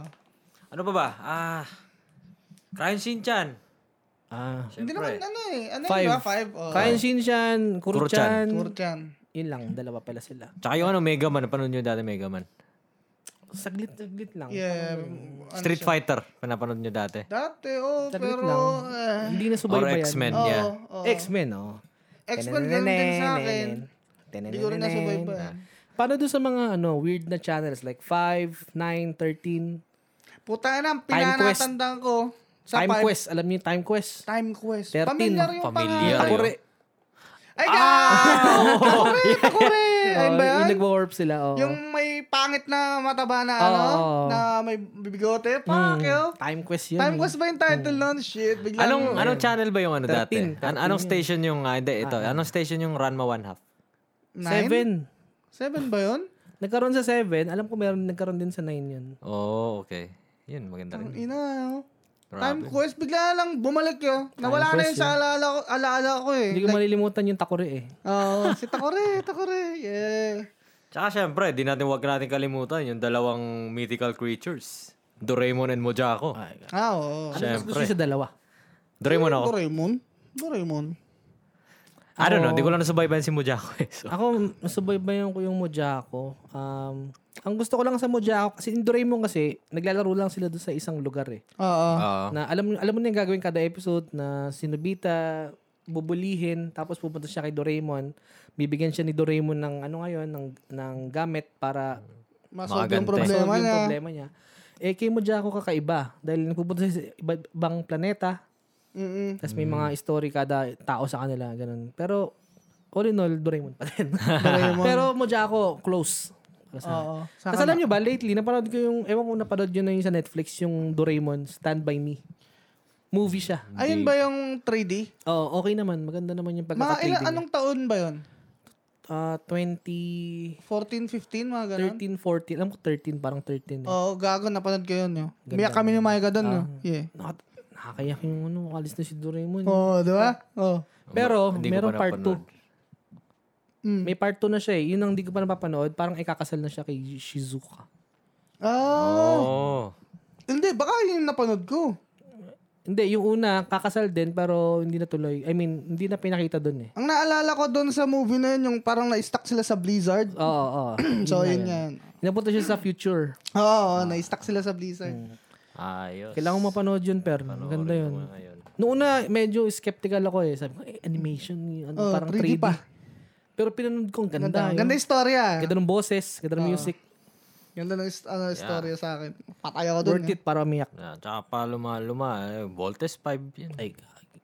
Ano pa ba? Ah... Crayon Shinchan.
Ah.
Hindi naman
Siyempre.
ano eh. Ano
Five.
yun ba? Five? Oh.
Ah. Kain Shinshan, Kuruchan.
Kurchan.
Yun lang, dalawa pala sila.
Tsaka yung ano, Mega Man. Napanood nyo dati Mega Man?
Ano
Saglit-saglit lang.
Yeah. mm, ano,
Street Fighter. Panapanood nyo dati.
Dati, oh,
Saglit
pero... eh,
Hindi na
Or
subaybayan.
X-Men, yeah.
Oo, oo.
X-Men, oh.
X-Men ganun din sa akin. Hindi ko rin nasubaybayan.
Paano doon sa mga ano weird na channels like 5, 9, 13?
Puta na, ang
Time Quest.
pinanatandaan ko. Sa
time
five,
Quest. Alam niyo yung Time Quest?
Time Quest.
13.
Pamilyar yung
Pamilyar.
pangalan.
Tayo.
Takore. Ah!
Ay, ka!
[LAUGHS]
Takore! Takore! Ay ba
yung
yan?
nagwa-warp sila. Oh.
Yung may pangit na mataba na ano,
Oo.
na may bigote. Fuck you.
Time Quest yun. Ano?
Time
eh.
Quest ba yung title nun? Shit, biglang...
Anong anong channel ba yung ano dati?
13,
An- anong station yung ah, hindi ito? Anong station yung Ranma One Half?
Nine?
Seven.
Seven ba yun?
Nagkaroon sa seven. Alam ko meron nagkaroon din sa nine yun.
Oh, okay. Yun maganda rin.
Ina, ano?
Grabe.
Time Quest, bigla lang bumalik yun. Nawala na yun sa alaala ko, alaala ko eh.
Hindi ko malilimutan yung Takore eh.
Oo, si Takore, Takore. Yeah.
Tsaka syempre, di natin wag natin kalimutan yung dalawang mythical creatures. Doraemon and Mojako.
Ah, oo.
Ano mas gusto sa dalawa?
Doraemon ako.
Doraemon? Doraemon.
I don't know, di ko lang nasubaybayan si Mujako eh. So,
Ako, nasubaybayan ko yung Mojako. Um, ang gusto ko lang sa Mojako, kasi in Doraemon kasi, naglalaro lang sila doon sa isang lugar eh.
Oo.
oo.
Na alam, mo- alam mo na yung gagawin kada episode na si Nobita bubulihin, tapos pupunta siya kay Doraemon. Bibigyan siya ni Doraemon ng ano ngayon, ng, ng gamit para
Masolve
Mga
yung
ganito.
problema
masolve
niya.
yung problema niya. Eh, kay Mojako kakaiba. Dahil nagpupunta siya sa iba- ibang planeta,
Mm-mm.
tapos may mga story kada tao sa kanila, ganun. Pero, all in all, Doraemon pa [LAUGHS] din. Pero Mojako, close.
Oh,
Kasi
Oo.
Kasi alam nyo ba, lately, napanood ko yung, ewan ko napanood yun na yung sa Netflix, yung Doraemon, Stand By Me. Movie siya.
Ayun ba yung 3D?
Oo, okay naman. Maganda naman yung
Mga ilan,
pagkaka-trading.
anong taon ba yun?
Ah, 20,
14, 15, mga ganun?
13, 14. Alam ko 13, parang 13. Eh.
Oo, gago, napanood ko yun. Yo. Umiyak kami ni Maya doon. no? Yeah.
Nakat- nakakayak yung ano, alis na si Doraemon.
Oo, di ba? Oo.
Pero,
Hindi ko
merong
pa
part 2.
napanood.
Mm.
May part 2 na siya eh. Yun ang hindi ko pa napapanood. Parang ikakasal na siya kay Shizuka.
Ah,
Oo.
hindi, baka yun yung napanood ko.
Hindi, yung una, kakasal din, pero hindi na tuloy. I mean, hindi na pinakita dun eh.
Ang naalala ko doon sa movie na yun, yung parang na-stuck sila sa Blizzard.
Oo, oo.
[CLEARS THROAT] so, Ah, yun yan.
Napunta siya sa future.
Oo, oh, na-stuck sila sa Blizzard.
Ayos.
Kailangan mo mapanood yun, Per. Maganda yun.
Ayun.
Noong una, medyo skeptical ako eh. Sabi ko, eh, animation, yun, ano,
Oh,
parang
3D
3D.
pa.
Pero pinanood ko, ang ganda.
Ganda,
yun.
ganda Ah, yung storya.
Ganda ng boses, ganda ng music.
Ganda ng is- ano, storya sa akin. Patay ako doon.
Worth it para umiyak.
Ah, tsaka pa luma-luma. eh, Voltes 5 yan.
Ay, gagi.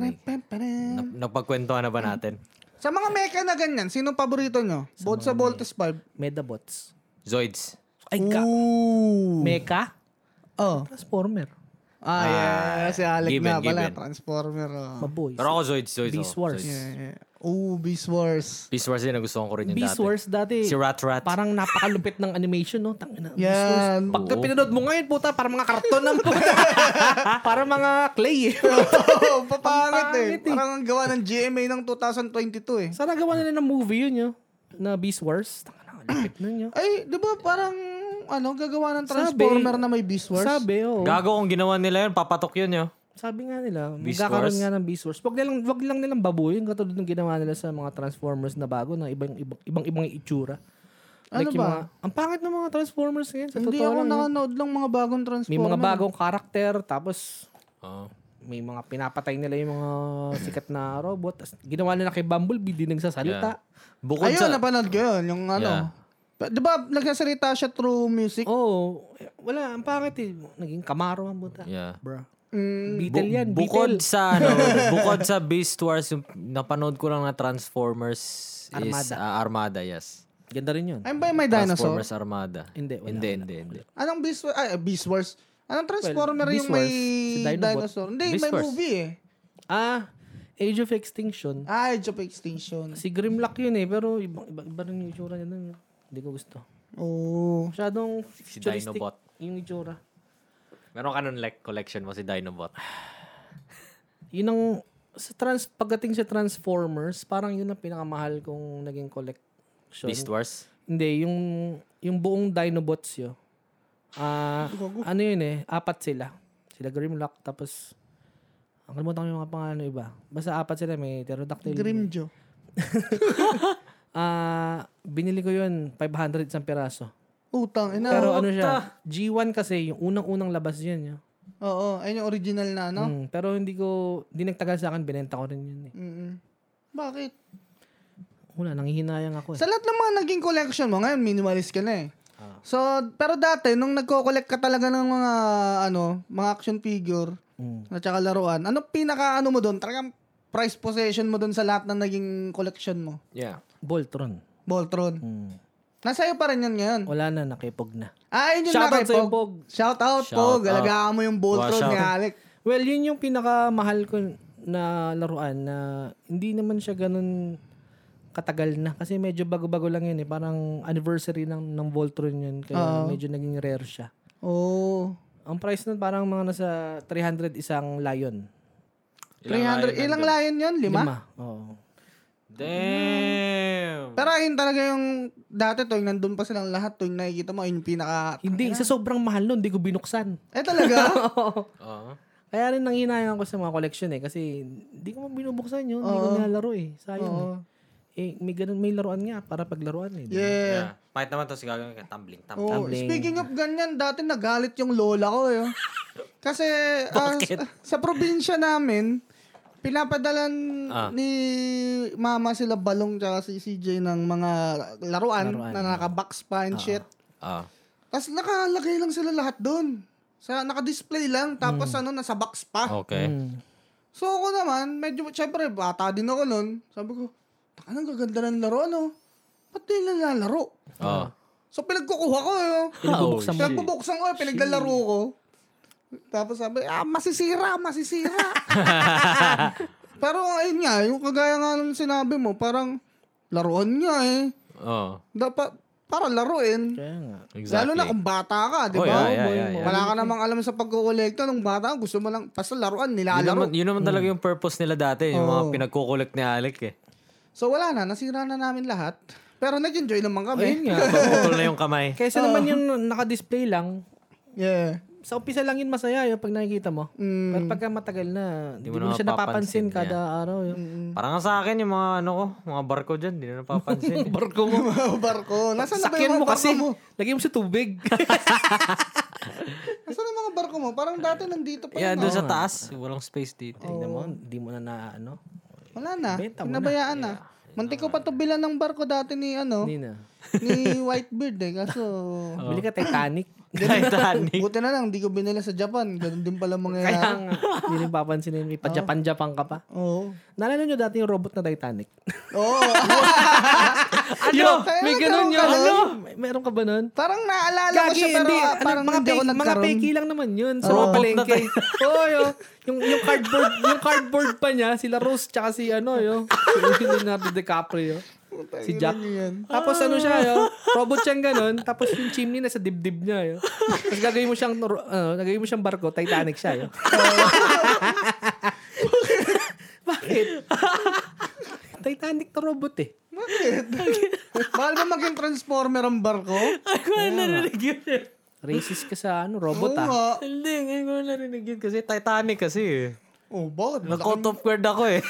Ay.
Nap- napagkwentuhan na ba natin?
Sa mga mecha na ganyan, sinong paborito nyo? Both sa Voltes 5.
Medabots.
Zoids.
Ay, ka.
Ooh.
Mecha?
Oh.
Transformer.
Ah, yeah. Si Alec
given,
na pala.
given.
Transformer. Oh.
Maboy.
Pero ako Zoids, Zoids.
Beast
ako,
Wars.
Zoids.
Yeah. Ooh, Beast Wars.
Beast Wars din, nagustuhan ko rin yun
Beast
dati.
Wars dati.
Si Rat Rat.
Parang napakalupit ng animation, no? Tangina. Beast Wars.
Yan.
Pagka pinanood mo ngayon, puta, parang mga karton naman. [LAUGHS] parang mga
[LAUGHS]
clay. eh.
Oo, papangit eh.
Papangit eh.
Parang ang gawa ng GMA ng 2022 eh.
Sana gawa nila ng movie yun, yo. Na Beast Wars. Tangina, lupit nun, yo.
Ay, di ba parang ano, gagawa ng
Sabi-
Transformer na may Beast Wars?
Sabi, oo.
Gago kung ginawa nila yun, papatok yun yun.
Sabi nga nila,
Beast
magkakaroon
Wars?
nga ng Beast Wars. Wag nilang wag lang nilang babuyin katulad ng ginawa nila sa mga Transformers na bago na ibang ibang ibang, ibang itsura.
Ano
yung
ba?
mga, ang pangit ng mga Transformers ngayon, sa
Hindi
totoo
ako
lang. yun.
nakanood lang mga bagong
May
Transformer.
mga bagong karakter tapos
Oo.
may mga pinapatay nila yung mga sikat na robot. Tapos ginawa nila kay Bumblebee, di nagsasalita.
Bukod
Ayun,
sa...
napanood ko yun. Yung ano. Pa- Di ba, nagsasalita siya through music?
Oo, eh, wala, ang pangit eh. Naging Camaro ang buta.
Yeah.
Bro.
Mm,
Beetle yan,
Bu- bukod
Beetle. [LAUGHS]
sa ano, bukod sa Beast Wars, yung napanood ko lang na Transformers is
Armada.
ah, Armada, yes.
Ganda rin yun.
I'm by my dinosaur.
Transformers Armada.
Hindi, wala,
hindi, hindi, hindi.
Anong Beast Wars? Ay, Beast Wars. Anong Transformer
Beast
yung may
Wars, si Dinobot.
dinosaur? Hindi,
Beast
may
Wars.
movie eh.
Ah, Age of Extinction.
Ah, Age of Extinction.
Si Grimlock yun eh, pero iba, iba, iba rin yung itsura niya doon. Hindi ko gusto.
Oo.
Oh. Masyadong
Si
futuristic
Dinobot.
yung itsura.
Meron ka nun like collection mo si Dinobot.
Ah, Yun ang, sa trans, pagdating sa Transformers, parang yun ang pinakamahal kong naging collection.
Beast Wars.
Hindi, yung, yung buong Dinobots yun. Ah, ano yun eh, apat sila. Sila Grimlock, tapos, ang kalimutan ko yung mga pangalan ng iba. Basta apat sila, may pterodactyl.
Grimjo.
Ah, binili ko yun, 500 isang piraso.
Utang, ina.
Pero ano siya, G1 kasi, yung unang-unang labas yun. Yun.
Oo, ayun yung original na ano.
Mm, pero hindi ko, hindi nagtagal sa akin, binenta ko rin yun eh.
Mm-mm. Bakit?
Wala, nangihinayang ako eh.
Sa lahat ng mga naging collection mo, ngayon minimalist ka na eh. So, pero dati, nung nagko-collect ka talaga ng mga, ano, mga action figure,
Mm.
at saka laruan, ano pinaka, ano mo doon, talagang price possession mo doon sa lahat ng naging collection mo?
Yeah.
Voltron.
Voltron.
Mm.
Nasa'yo pa rin yan ngayon.
Wala na, nakipog na.
Ah, yun yung
Shoutout
nakay,
sa'yo,
Pog.
Pog.
Shout out,
Shout
Pog.
out.
Alagaan mo yung Voltron
Wow,
ni
shout out.
Alec.
Well, yun yung pinakamahal ko na laruan na hindi naman siya ganun katagal na. Kasi medyo bago-bago lang yun eh. Parang anniversary ng, ng Voltron yun. Kaya medyo naging rare siya.
Oh.
Ang price nun parang mga nasa 300 isang lion.
300, ilang lion yun? Lima?
Lima. Oo.
Damn!
Pero ayun talaga yung dati tuwing nandun pa silang lahat, tuwing nakikita mo, ayun yung pinaka...
Hindi, sa sobrang mahal nun, hindi ko binuksan.
Eh talaga?
Oo.
Oo.
Kaya rin nanghinayangan ko sa mga collection eh. Kasi hindi ko man binubuksan yun. Hindi ko nilalaro eh. Sayang eh. Eh, may, ganun, may laruan nga para paglaruan eh. di ba?
Yeah.
Yeah. Kahit naman to si gagawin ka, tumbling, tumbling.
Oh, speaking of ganyan, dati nagalit yung lola ko eh. oh.
[LAUGHS]
Kasi ah, sa, sa probinsya namin, pinapadalan
Ah.
ni mama sila Balong tsaka si CJ ng mga laruan, na naka-box pa and shit.
Ah.
Tapos nakalagay lang sila lahat doon. Sa, naka-display lang, tapos
Hmm.
ano, nasa box pa.
Ah.
Okay.
Hmm.
So ako naman, medyo, syempre, bata din ako nun. Sabi ko, taka nang gaganda ng laro, ano? Ba't di nilalaro?
Ah.
Oh.
So pinagkukuha ko, eh.
Pinagbubuksan mo.
Pinagbubuksan ko, eh, pinaglalaro ko. Tapos sabi, ah, masisira,
[LAUGHS]
masisira. Pero ayun nga, yung kagaya nga nung sinabi mo, parang laruan nga eh.
Oh.
Dapat, para laruin.
Kaya nga.
Lalo
Exactly.
na kung bata ka, di ba?
Oh, yeah, yeah, yeah, yeah.
Wala ka namang alam sa pagkukolekta nung bata, gusto mo lang, basta laruan,
Yun
nilalaro.
naman, yun naman talaga
Hmm.
yung purpose nila dati, yung
Oh.
mga pinagkukulik ni Alec
[LAUGHS]
eh.
So wala na, nasira na namin lahat. Pero nag-enjoy naman
Ayun
kami.
nga.
Pagputol na yung kamay.
Kaysa naman yung naka-display lang,
Yeah.
sa umpisa lang yun masaya yung pag nakikita mo. Pero pagka matagal na, hindi
mo
mo, na
na
siya napapansin
mapapansin niya.
kada araw. Yun.
Mm.
Parang nga sa akin, yung mga ano ko, mga barko dyan, hindi na
[LAUGHS]
napapansin. eh.
Barko mo.
barko. Nasaan na ba
Sakyan
yung
mo
mga barko
kasi.
mo?
Lagyan mo sa tubig.
Nasaan ang mga barko mo? Parang dati nandito pa
yeah,
yun.
doon sa taas, walang space
[LAUGHS]
dito.
Tingnan mo, hindi mo na na ano.
Wala na.
Benta mo na.
Pinabayaan na. Muntik ko pa to bilan ng barko dati ni ano,
Hindi na.
ni Whitebeard eh.
[LAUGHS]
Kaso,
Bili ka Titanic.
Titanic.
buti na lang, di ko binila sa Japan. Ganun din pala
Kaya
mangyayari.
nga, hindi rin papansin yun. May pa-Japan-Japan ka pa.
Oo.
Naalala nyo dati yung robot na Titanic? [LAUGHS]
Oo.
ano?
Kaya
May
nagkaroon
ganun yun.
ka nun?
Ano? May- Meron ka ba nun?
Parang naalala ko
Gagi,
siya, pero ah,
hindi. Ano,
parang
mga,
hindi ako
pe- mga
nagkaroon.
peki lang naman yun. Sa
Oo.
mga palengke.
[LAUGHS]
Oo, yo. yung, yung cardboard, yung cardboard pa niya, sila Rose, tsaka si ano, yo. Si Leonardo DiCaprio. Si Jack. Tapos ano siya, yo. Robot siyang ganun. Tapos yung chimney nasa dibdib niya, yo. Tapos gagawin mo siyang, ro- ano, gagawin mo siyang barko, Titanic
[LAUGHS]
siya, yo. [LAUGHS] Bakit? Titanic na robot eh. [LAUGHS]
Bakit? Mahal ba maging transformer ang barko?
Ako na narinig yun eh.
Racist ka sa ano, robot
Oo
ah.
nga.
Hindi, ngayon ko na narinig yun kasi Titanic kasi eh.
Oh, bakit?
Na-caught off guard ako
[LAUGHS]
eh.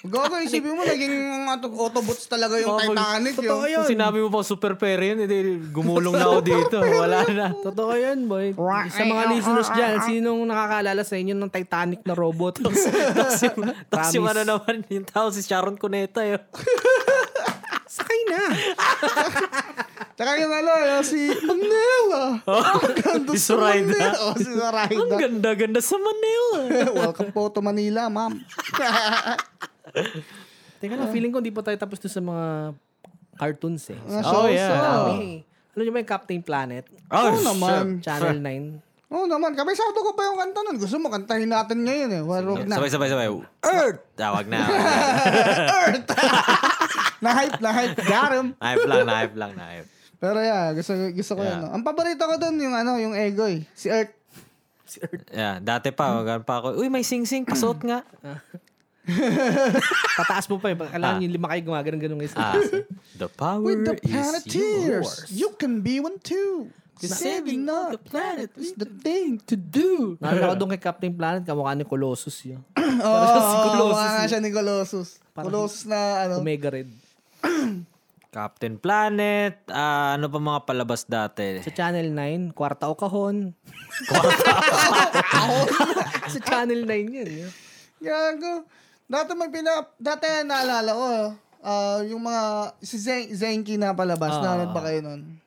Gago, isipin mo, naging mga to- Autobots talaga yung Titanic
Totoo
yun.
yun.
Kung sinabi mo pa super peri yun, edi gumulong na ako dito. Wala
[LAUGHS]
na.
Totoo yan, boy. Sa mga listeners dyan, sinong nakakaalala sa inyo ng Titanic na [LAUGHS] robot?
Tapos yung, tapos yung ano
Promise.
naman, yung tao si Sharon Cuneta eh. yun.
Sakay na.
Tsaka yung ano, yung si [LAUGHS] Magnella. Ang ganda
si
sa
Zoraida.
Manila. Oh, si
Ang
Zoraida.
ganda-ganda sa Manila.
[LAUGHS] Welcome po to Manila, ma'am.
Teka lang, feeling ko hindi pa tayo tapos dun sa mga cartoons eh.
Mga
Oh,
shows,
yeah.
ah.
Dami eh. Alam niyo ba yung Captain Planet?
Oo naman.
Channel 9.
Oo naman. Kabisado ko pa yung kanta nun. Gusto mo, kantahin natin ngayon eh. Warog na. [LAUGHS]
Sabay, sabay, sabay. Earth! Tawag na. wag na.
Earth! [LAUGHS] na-hype, na-hype. Got him.
Naayap lang, naayap lang, naayap.
Pero yeah, gusto, gusto ko yun. no? Ang paborito ko dun, yung ano, yung Egoy. Si Earth.
Yeah, dati pa, ganun pa ako. Uy, may sing-sing, pasot nga.
Tataas mo pa eh. Kailangan yung lima kayo gumagano'ng ganun ngayon.
[CLEARS THROAT] Ah, the power
With the
is
Planeteers,
yours.
you can be one too. Saving not the planet is the thing to do.
Naalala ko doon kay Captain Planet, kamukha ni Colossus
[CLEARS THROAT]
yun.
Oo,
si
oh,
Colossus eh.
nga siya ni Colossus. Colossus na ano.
Omega Red.
Captain Planet, ah, ano pa mga palabas dati?
Sa Channel 9, Kwarta o Kahon. [LAUGHS] Sa Channel 9 yun. yun.
Gago. Dati may pina... Dati naalala ko, ah, yung mga... Si Zen- Zenki na palabas. Nanood ba kayo nun?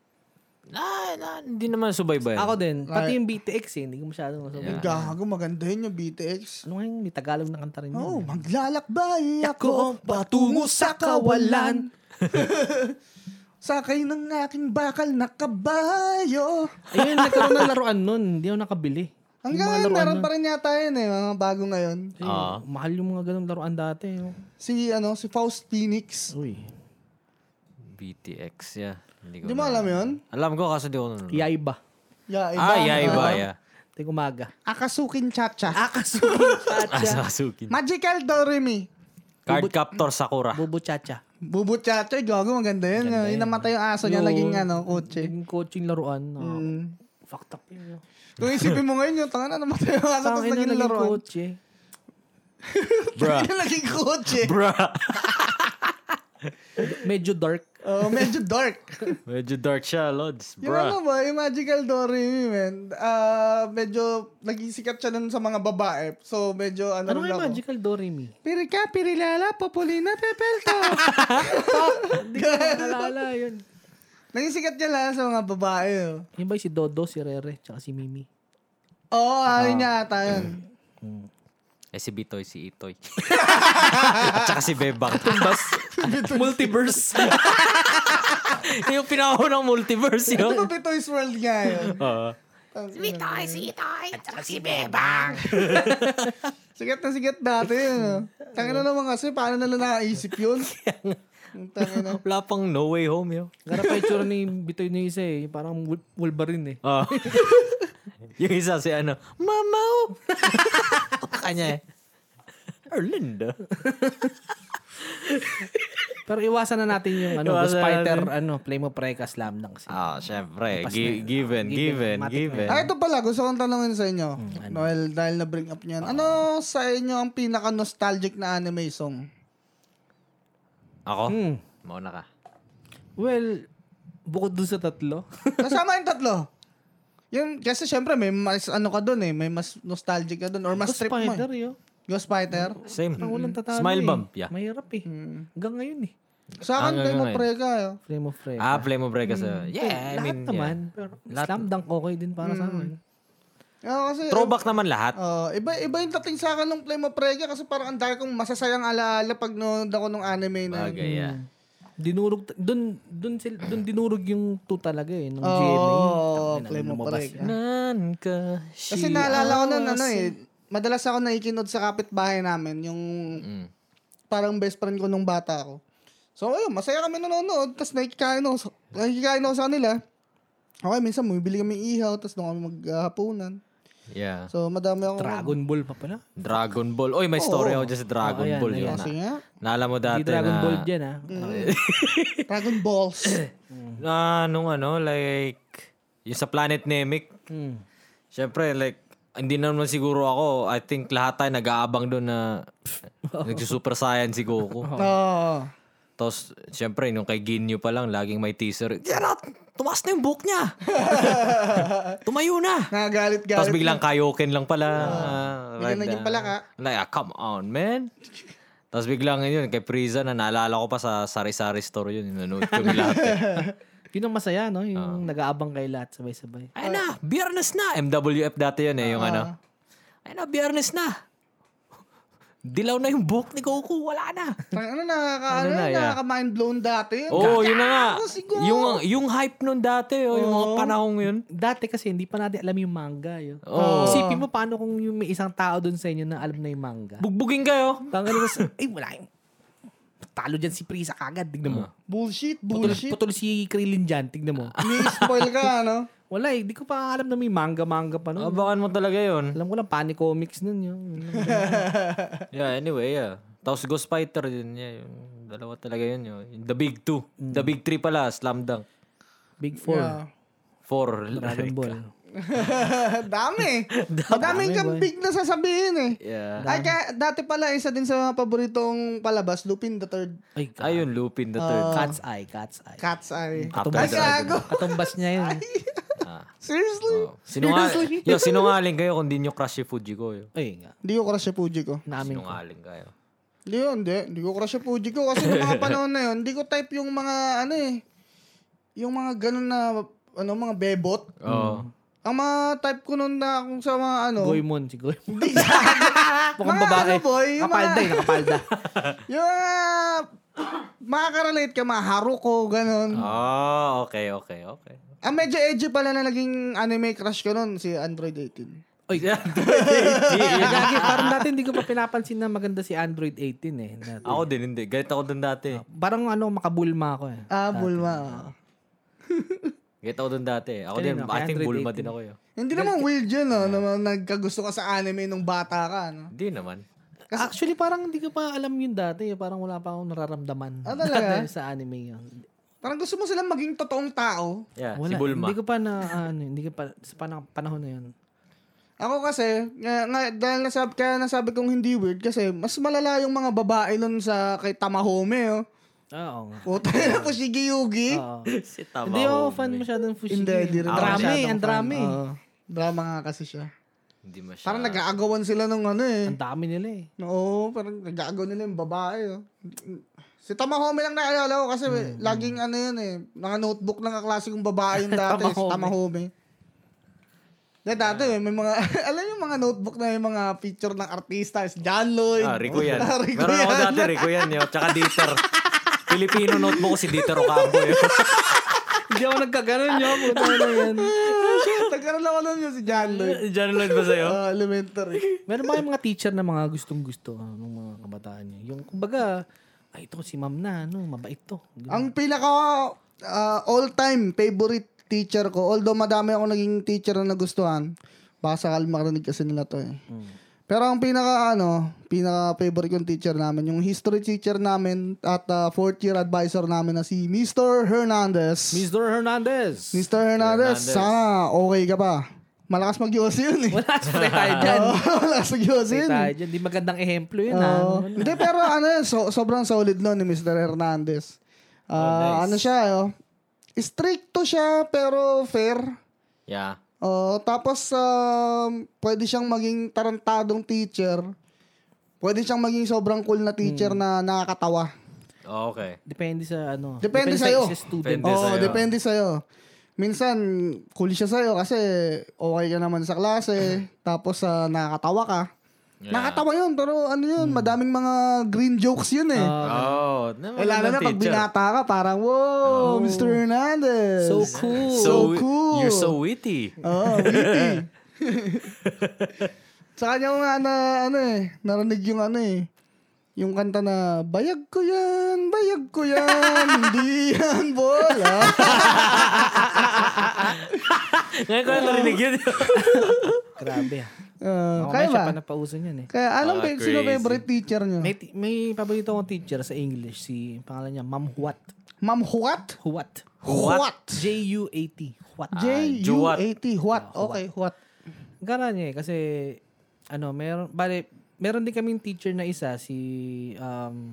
Na, na, hindi naman subaybay.
Ako din. Pati yung BTX eh, hindi ko masyadong nasubo.
Gago, maganda yun yung BTX.
Ano nga yung may Tagalog na kanta rin yun?
Oh, maglalakbay ako patungo sa [LAUGHS] kawalan. Sakay ng aking bakal na kabayo.
Ayun, nagkaroon ng laruan nun. Hindi ako nakabili.
Hanggang ngayon, meron pa rin yata yun eh, mga bago ngayon.
Kasi Mahal yung mga ganung laruan dati. oh.
Si, ano, si Faust Phoenix.
Uy.
BTX, yeah. Hindi ko
Di mo
na-
alam yun?
Alam ko kasi hindi ko nanonood.
Yaiba.
Yeah, iba.
Ah, yeah, iba, yeah.
Ting umaga.
Akasukin Chacha.
Akasu. Chacha.
Sasuki.
Magical Doremi.
Ah, Card Captor Sakura.
Bubu Chacha.
Bubu Chacha, gago, maganda yun. Yung namatay yung aso niya, naging ano, kotse.
Yung coaching laruan. Oh. Fucked up yun. no?
Kung isipin mo ngayon yung tanga na namatay ang aso tapos
Tangin na
naging
naging
laruan.
kotse.
Bruh.
Tangina, [LAUGHS] naging kotse.
Bruh.
Medyo dark.
Oh, medyo
[LAUGHS]
dark.
[LAUGHS] Medyo dark siya, Lods.
Yung ano
Bruh.
ba, yung Magical Doremi, man. Ah, medyo naging sikat siya nun sa mga babae. So, medyo ano,
Ano
rin
nga yung
ako.
magical Doremi?
Pirika, pirilala, populina, pepelto. [LAUGHS]
Hindi ko makalala yun.
naging sikat niya lang sa mga babae. oh.
Yun ba yung si Dodo, si Rere, tsaka si Mimi?
Oo, oh,
Ah.
ayun niya ata yun.
Eh, si Bitoy, si [LAUGHS] Itoy. At saka si Bebang. Tumbas. multiverse. [LAUGHS] yung pinakaunang multiverse
Ito ba
yun.
Bitoy's World nga yun?
Oo.
Bitoy, si Itoy, at saka si Bebang. sikat na sikat dati yun. oh. Tangina naman kasi, paano nila nakaisip yun? Tangina.
Wala pang no way home yun.
Gara pa yung tsura ni Bitoy na isa eh. Yung Parang Wol- Wolverine eh.
Oo. [LAUGHS] yung isa si ano, Mamaw! [LAUGHS] Kanya eh. Erlinda.
Pero iwasan na natin yung ano,
Iwasan
Ghost Fighter,
natin.
ano, play mo preka slam lang kasi.
Ah, syempre.
Lampas
Gi-
na yun.
given, given,
Given, matik na
given.
Ah, ito pala, gusto kong tanongin sa inyo. Noel, dahil na-bring up niyan. Ano sa inyo ang pinaka-nostalgic na anime song?
Ako?
Hmm.
Mauna ka.
Well, bukod dun sa tatlo.
Kasama yung tatlo. Yun, kasi syempre may mas ano ka doon eh, may mas nostalgic ka doon or
[LAUGHS]
mas
Ghost
trip mo.
Fighter
eh.
yun.
Ghost Fighter.
Same.
Parang walang tatalo
Smile
eh.
bump, yeah.
Mahirap eh.
Mm.
Hanggang ngayon eh.
Sa akin
Hanggang
kay mo
ngayon.
pre ka. eh.
Frame of Prey.
Ah, play mo break kasi.
lahat
Yeah, I mean,
naman.
yeah.
Pero slam dunk okay din para
Mm.
sa akin.
Ah, kasi
Throwback naman lahat.
Oh, iba iba yung dating sa akin nung play mo pre ka kasi parang ang dami kong masasayang alaala pag nood ako nung anime na. yun.
Bagay, yeah.
Dinurog, t- dun, dun, sil, dun dinurog yung two talaga eh, nung GMA.
Oo,
Tangina,
play mo
lumabas
pre.
yun.
Nan ka,
Kasi naalala ko nun, ano eh, madalas ako nakikinud sa kapitbahay namin, yung
Mm.
parang best friend ko nung bata ako. So, ayun, masaya kami nanonood, tapos nakikikain ako, sa- nakikikain ako sa kanila. Okay, minsan bumibili kami ihaw, tapos doon kami maghahapunan.
Yeah.
So, madami ako.
Dragon Ball pa pala.
Dragon Ball. Oy, may story ako dyan sa Dragon
Oh, ayan,
Ball.
ayan.
Yun,
Kasi
na.
nga,
Naalala mo
Di
dati
Dragon
na...
Ball dyan ah.
Mm. Dragon
[LAUGHS]
Balls.
Hmm.
na nung ano, like, yung sa Planet Nemic,
Hmm.
syempre, like, hindi naman siguro ako, I think lahat tayo nag-aabang doon na
[LAUGHS]
nagsusuper saiyan si Goku.
Oo. Oh.
Tapos, syempre, nung kay Ginyu pa lang, laging may teaser, Gerard, tumaas na yung buhok
[LAUGHS]
niya! Tumayo na! Tapos
Nagalit-galit.
biglang kayoken lang pala. Uh,
Bigyan na yung palaka.
Like, ah, come on, man. Tapos biglang yun, kay Priza na naalala ko pa sa sari-sari store yun. Nanood kami lahat. eh.
Yun ang masaya no, yung nag-aabang kayo lahat sabay-sabay.
Ayun na, biyernes na. MWF dati yun eh, yung ano. Ayun na, biyernes na. Dilaw na yung buhok ni Goku, wala na.
Ano, nakaka, ano,
na, yeah.
nakaka-mind blown dati yun.
Oo, oh, yun na nga.
Ako siguro.
Yung, yung hype nun dati, oh, yung mga panahong yun.
Dati kasi hindi pa natin alam yung manga yun.
Oh.
Oo.
Isipin mo paano kung yung may isang tao dun sa inyo na alam na yung manga.
Bugbugin kayo.
Tangan na sa, ay wala yung talo dyan si Prisa kagad, tignan
Ah.
mo.
Bullshit,
Putol,
[LAUGHS]
bullshit.
putol si Krillin dyan, tignan mo.
Ni-spoil ka, ano?
Wala eh, di ko pa alam na may manga-manga pa nun.
Abangan mo talaga
Ah.
yun.
Alam ko lang, Pani Comics nun yun.
Yeah, anyway, yeah. Tapos Ghost Fighter din, yeah, yung dalawa talaga yun. Yung, yung the big two. The big three pala, Slam Dunk.
Big Four,
Yeah.
Four.
Dragon Ball.
Dami. Madami kang big na sasabihin eh.
[LAUGHS] Yeah.
Ay, kaya dati pala, isa din sa mga paboritong palabas, Lupin the Third,
Ay, ka-
Ayun, Lupin the third.
Cat's Eye, Cat's Eye.
Cat's Eye.
After
Ay,
Mm, the Ah.
gago.
Katumbas niya yun.
[LAUGHS] Seriously?
Oh.
[LAUGHS]
Sinungaling, yo, sinungaling kayo kung di nyo crush si Fujiko. Yo.
Ay nga,
Hindi ko crush si Fuji ko.
namin ko.
Sinungaling kayo.
Hindi yun, hindi. Hindi ko crush si Fuji ko. Kasi nung
[LAUGHS]
mga panahon na yun, hindi ko type yung mga, ano eh, yung mga ganun na, ano, mga bebot.
Mm.
Oo.
Ang mga type ko nun na kung sa mga ano,
Goemon, si Goemon. [LAUGHS] Mukhang
Mga
babae.
ano, boy, yung
Kapalda
mga-
yun, kapalda.
[LAUGHS] yung mga, makakarelate ka, mga haruko, ganun.
Ah, okay, okay, okay.
Ang medyo edgy pala na naging anime crush ko nun, si Android 18.
Oy,
[LAUGHS] Lagi, parang dati hindi ko pa pinapansin na maganda si Android 18 eh. Dati.
ako din hindi. Galit ako dun dati.
Parang ano, makabulma ako eh.
Ah, Bulma.
Galit ako dun dati. Ako din,
Kanino? Kay
I think
Android
Bulma
18.
din ako. Yo.
Hindi naman weird yun, no? Na nagkagusto ka sa anime nung bata ka, no?
Hindi naman.
Actually, parang hindi ko pa alam yun dati. eh. Parang wala pa akong nararamdaman. [LAUGHS]
Ah, talaga?
Dati sa anime yun.
Parang gusto mo silang maging totoong tao.
Yeah,
Wala.
si Bulma.
Hindi ko pa na, ano, hindi ko pa, sa pana- panahon na yun.
Ako kasi, nga, nga, dahil nasab, kaya nasabi kong hindi weird kasi mas malala yung mga babae nun sa kay Tamahome. Oh.
Ah, Oo nga. Ah,
Puta [LAUGHS] na po si Giyugi.
Oo.
si Tama.
Hindi ako fan masyadong Fushigi.
Hindi, hindi rin.
Ang
ako
drama eh,
masyadong
ang drama
fan.
eh.
Oo. Drama nga kasi siya.
Hindi masyado.
Parang nag-aagawan sila ng ano eh.
Ang dami nila
[LAUGHS]
eh.
Oo, parang nag-aagaw nila yung babae. Oh. Si Tamahome lang naalala ko kasi laging ano yun eh. Mga notebook ng kaklase kong babae
[LAUGHS]
yung dati. si
Tamahome.
Tamahome. Dahil dati eh,
Ah.
may mga, [LAUGHS] alam yung mga notebook na yung mga picture ng artista. Si John Lloyd.
Ah, Rico yan.
[LAUGHS] Ah, Rico
Meron ako
yan. [LAUGHS]
dati, Rico yan. Yo. Tsaka Dieter. Filipino notebook ko si Dieter Ocampo. Yo.
Hindi ako nagkaganon yun. Puta na
ano
[LAUGHS] yan.
Nagkaroon ako nun yun si
[LAUGHS]
John Lloyd.
John Lloyd ba sa'yo?
Ah, elementary.
Meron ba kayong mga teacher na mga gustong-gusto ah, nung mga kabataan niyo? Yung kumbaga, ay ito si ma'am na, ano, mabait to. [LAUGHS]
Ang pinaka ah, all-time favorite teacher ko, although madami ako naging teacher na nagustuhan, baka sakali makarinig kasi nila to eh. Pero ang pinaka ano, pinaka favorite kong teacher namin, yung history teacher namin at ah, fourth year advisor namin na si Mr. Hernandez.
Mr. Hernandez!
Mr. Hernandez, sana okay ka pa. Malakas mag-yos yun eh. [LAUGHS] Oh,
Wala, spray tayo dyan.
Malakas mag-yos
Spray
Ah, yun. Ah.
tayo dyan. Di magandang ehemplo yun, ah. ha?
Oo. Hindi, pero ano yun, so, sobrang solid nun ni Mr. Hernandez. Ah, Ano siya, oh. Stricto siya, pero fair.
Yeah.
Oh, tapos, um, pwede siyang maging tarantadong teacher. Pwede siyang maging sobrang cool na
Hmm.
teacher na nakakatawa.
Oh, Okay.
Depende sa, ano.
Depende sa'yo.
Sa student.
Depende
Oo,
sa'yo.
depende sa'yo. Minsan, cool siya sa'yo kasi okay ka naman sa
[LAUGHS]
klase. tapos, ah, nakakatawa ka.
Yeah.
Nakakatawa yun, pero ano yun,
Hmm.
madaming mga green jokes yun eh.
Oh,
Eh, lalo na pag binata ka, parang, wow, Mr. Hernandez. [LAUGHS]
So cool.
So cool.
You're so witty.
Oo, witty. [LAUGHS] Sa kanya ko nga na, ano eh, narinig yung ano eh, yung kanta na, bayag ko yan, bayag ko yan, hindi yan bola.
Ngayon ko na narinig [LAUGHS] yun.
[LAUGHS]
Grabe, ha?
Ah,
Ako
kaya
kaya
ba? Ah.
pa napauso yun, eh.
Kaya anong
Ah,
ba- sino
crazy.
favorite teacher nyo?
May, ti- may paborito akong teacher sa English, si ang pangalan niya, Ma'am Huat.
Ma'am Huat?
Huat. Ah,
Huat.
J-U-A-T. Huat.
J-U-A-T. Huat. Okay, Huat.
Gara niya eh, kasi ano, meron bale meron din kaming teacher na isa si um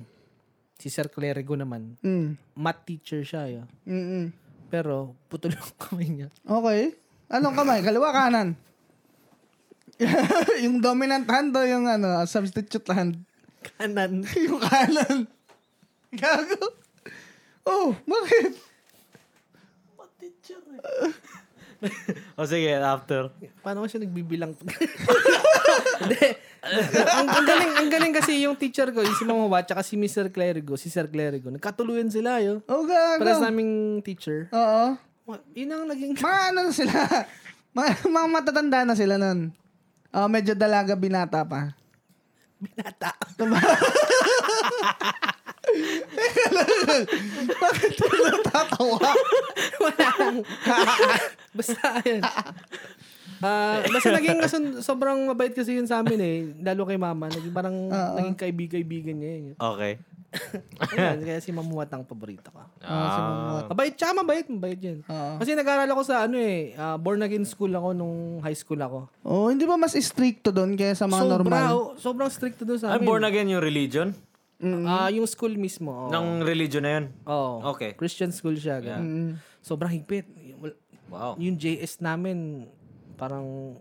si Sir Clerigo naman.
Mm.
Math teacher siya 'yo.
Mm-mm.
Pero putol yung [LAUGHS] kamay niya.
Okay. Anong kamay? Kaliwa kanan. yung dominant hand o yung ano, substitute hand?
Kanan.
yung kanan. Gago. Oh, bakit?
o Oh, sige, after.
Paano kasi nagbibilang? [LAUGHS] Hindi. ang, ang galing, ang galing kasi yung teacher ko, yung si Mama Wat, tsaka si Mr. Clerigo, si Sir Clerigo. Nagkatuluyan sila 'yo.
Oh, gago.
Para sa naming teacher.
Oo.
Wa- Yun ang naging
Mga ano na sila. Mga, mga matatanda na sila nun. Ah, medyo dalaga binata pa.
binata.
Bakit wala tatawa?
Wala lang. basta yun. Ah, basta naging kasun- sobrang mabait kasi yun sa amin eh. Lalo kay mama. Naging parang naging kaibig-kaibigan niya yun.
Okay.
Ayun, kaya si Mamuwat ang paborito ko.
Ah,
Mabait, tsaka mabait, mabait yun.
Oo.
Kasi nag-aral ako sa ano eh, ah, born again school ako nung high school ako.
Oh, hindi ba mas stricto doon kaya sa mga
Sobra,
normal?
oh, sobrang strict doon sa
I'm
amin.
born again yung religion.
Ah, yung school mismo. Oh.
Ng religion na yun.
Oo.
Okay.
Christian school siya. ganun. Sobrang higpit. Wal-
Wow.
Yung JS namin, parang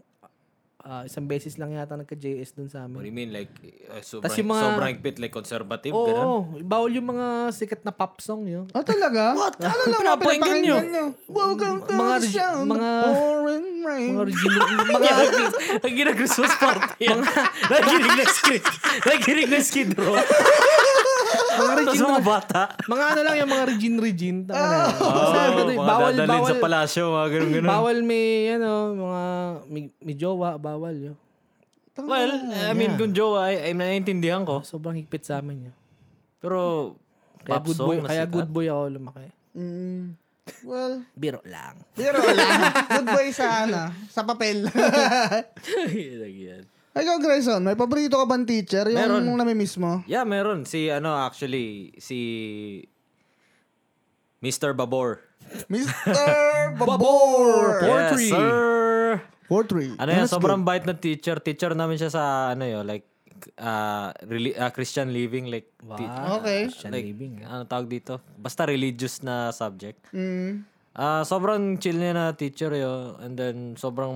ah, isang beses lang yata nagka-JS dun sa
What do
amin.
you mean? Like, uh, sobrang,
Tas yung mga-
sobrang higpit, like conservative,
Oo,
ganun?
oh, bawal yung mga sikat na pop song yun.
Ah, talaga? What? Ano lang mga
Pinapakinggan
pinapakinggan nyo? Welcome to
Mga
the
regi-
sound of
mga-
pouring rain.
[LAUGHS]
Mga original, mga,
Lagi na Christmas party yan. Nagirig na skid. Nagirig na skid row.
mga
Tapos
regine,
mga bata.
mga ano lang yung mga regine regine. Tama na.
Oh,
Kasi ano eh,
mga
bawal,
dadalhin
bawal,
sa palasyo, mga ganun ganun.
bawal may, ano, mga, may, may jowa, bawal yun.
Well, I mean, kung jowa, I, I naiintindihan ko.
Sobrang higpit sa amin yun.
Pero,
Kaya
pop
good boy,
song,
kaya
nasita. [LAUGHS]
good boy ako lumaki.
Mm, well,
Biro lang.
pero wala. Good boy sa ano, sa papel. Ikaw, Grayson, may paborito ka bang teacher? Yung
Meron. [LAUGHS]
namimiss mo?
Yeah, meron. Si, ano, actually, si... Mr. Babor.
Mr. Babor!
Poetry.
Yes, sir.
Portrait.
Ano yan, sobrang bait na teacher. Teacher namin siya sa, ano yun, like, uh, reli- ah, Christian living, like, te-
Okay.
Christian
like,
living.
ano tawag dito? Basta religious na subject.
Mm.
Ah, sobrang chill niya na teacher yo and then sobrang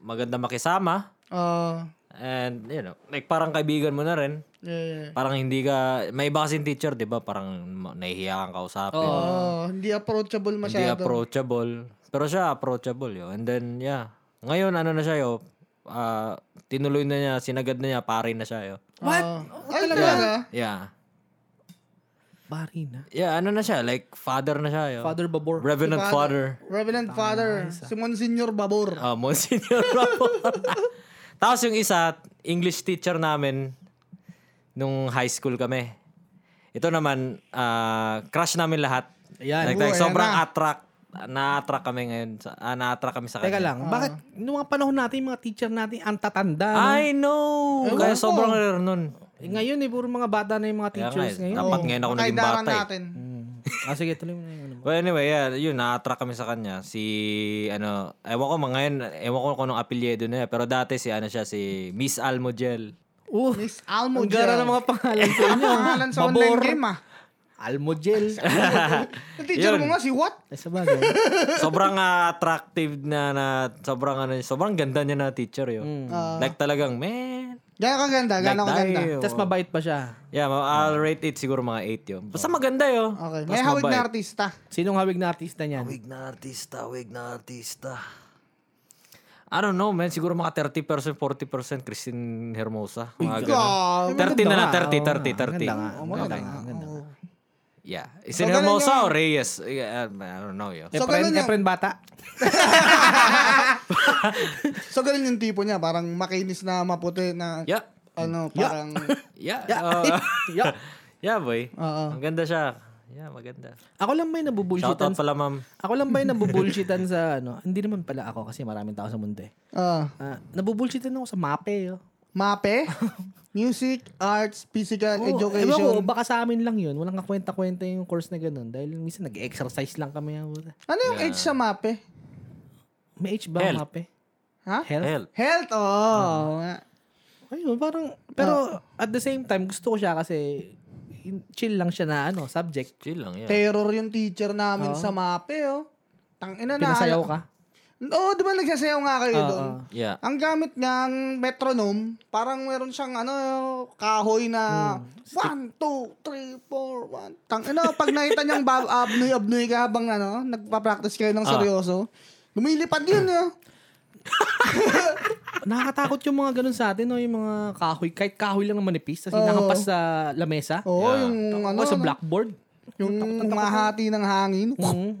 maganda makisama
Uh,
and you know, like parang kaibigan mo na rin.
yeah, yeah.
Parang hindi ka may iba kasing teacher, 'di ba? Parang ma- nahihiya kang kausapin.
Oh, hindi approachable
hindi
masyado.
approachable. Pero siya approachable yo. And then yeah. Ngayon ano na siya yo? Ah, tinuloy na niya, sinagad na niya, pare na siya yo.
What? Ay, talaga?
Yeah.
Bari na.
Yeah, ano na siya? Like father na siya yo.
Father Babor.
Revenant father.
Revenant Father, si Monsignor Babor.
Ah, Monsignor Ramon. [LAUGHS] Tapos yung isa, English teacher namin nung high school kami. Ito naman, ah, crush namin lahat.
Ayan.
Like, like, sobrang attract. Na-attract kami ngayon. Sa, ah, na-attract kami sa
Teka
kanya.
lang, bakit noong mga panahon natin, yung mga teacher natin, ang tatanda. no?
I know! Kaya sobrang rare nun.
Eh, ngayon eh, puro mga bata na yung mga
Kaya
teachers
nga,
ngayon.
eh, dapat ngayon ako naging
Kaidaran
bata eh.
natin.
ah, sige, tuloy mo na yung ano mo.
Well, anyway, yeah, yun, na-attract kami sa kanya. Si, ano, ewan ko mga ngayon, ewan ko kung anong apelyedo na yan. Pero dati si, ano siya, si Miss Almogel.
Uh,
Miss
ang
Almogel.
gara ng mga pangalan sa
Ang
inyo. ah.
pangalan sa
Babor.
online game ah.
Almogel.
Ang teacher mo nga si what?
[LAUGHS] Ay, sa bagay.
sobrang ah, attractive na, na sobrang ano, sobrang ganda niya na teacher yun.
Mm.
like talagang, man.
Gano'n kaganda, gano'n kaganda.
[LAUGHS]
dahil-
Tapos mabait pa siya.
Yeah, ma- I'll rate it siguro mga 8 yun. Basta maganda yun.
Okay, may hawig na artista.
Sinong hawig na artista niyan?
Wig na artista, wig na artista. I don't know, man. Siguro mga 30%, 40% Christine Hermosa. Mga Ah,
ah.
ganun.
Wow.
30 na lang,
Ang
30,
ganda nga.
30,
Ang
30.
ganda nga. Ang ganda nga.
Yeah. Is it Hermosa or Reyes? Yeah, um, I don't know, yo.
So, ganun
Efren,
yung-
Efren eh, Bata.
So, ganun yung tipo niya. Parang makinis na maputi na
Yeah.
ano, parang...
Yeah. uh,
Yeah.
[LAUGHS] yeah, boy.
Oo.
Ang ganda siya. Yeah, maganda.
Ako lang ba yung
Shoutout
nabubullshitan?
pala, ma'am.
Ako lang ba yung nabubullshitan sa ano? Hindi naman pala ako kasi maraming tao sa mundo eh.
ah,
Ah, nabubullshitan ako sa MAPE. Oh.
mape? Music, arts, physical,
Oo,
education.
ewan ko, baka sa amin lang yun. Walang kakwenta-kwenta yung course na ganun. Dahil minsan nag-exercise lang kami. ah,
Ano yung age sa mape?
May H ba
Health.
MAPE?
Ha?
Health?
Hell.
Health, oh.
Ayun, parang, pero at the same time, gusto ko siya kasi in- chill lang siya na ano, subject.
Chill lang, yeah.
Terror yung teacher namin sa mape, oh. Tangina na. ano?
Pinasayaw ka.
Oo, di ba nagsasayaw nga kayo doon?
Yeah.
Ang gamit niyang metronome, parang meron siyang ano, kahoy na 1, 2, 3, 4, 1. Tang, ano, pag nakita niyang bab- [LAUGHS] abnoy-abnoy ka habang ano, nagpa-practice kayo ng seryoso, lumilipad yun. eh. no?
Nakakatakot yung mga ganun sa atin, no? yung mga kahoy. Kahit kahoy lang na manipis, tapos nakapas sa lamesa.
Oo, yung ano,
o sa blackboard.
yung mahati ng hangin. [LAUGHS]
Mm.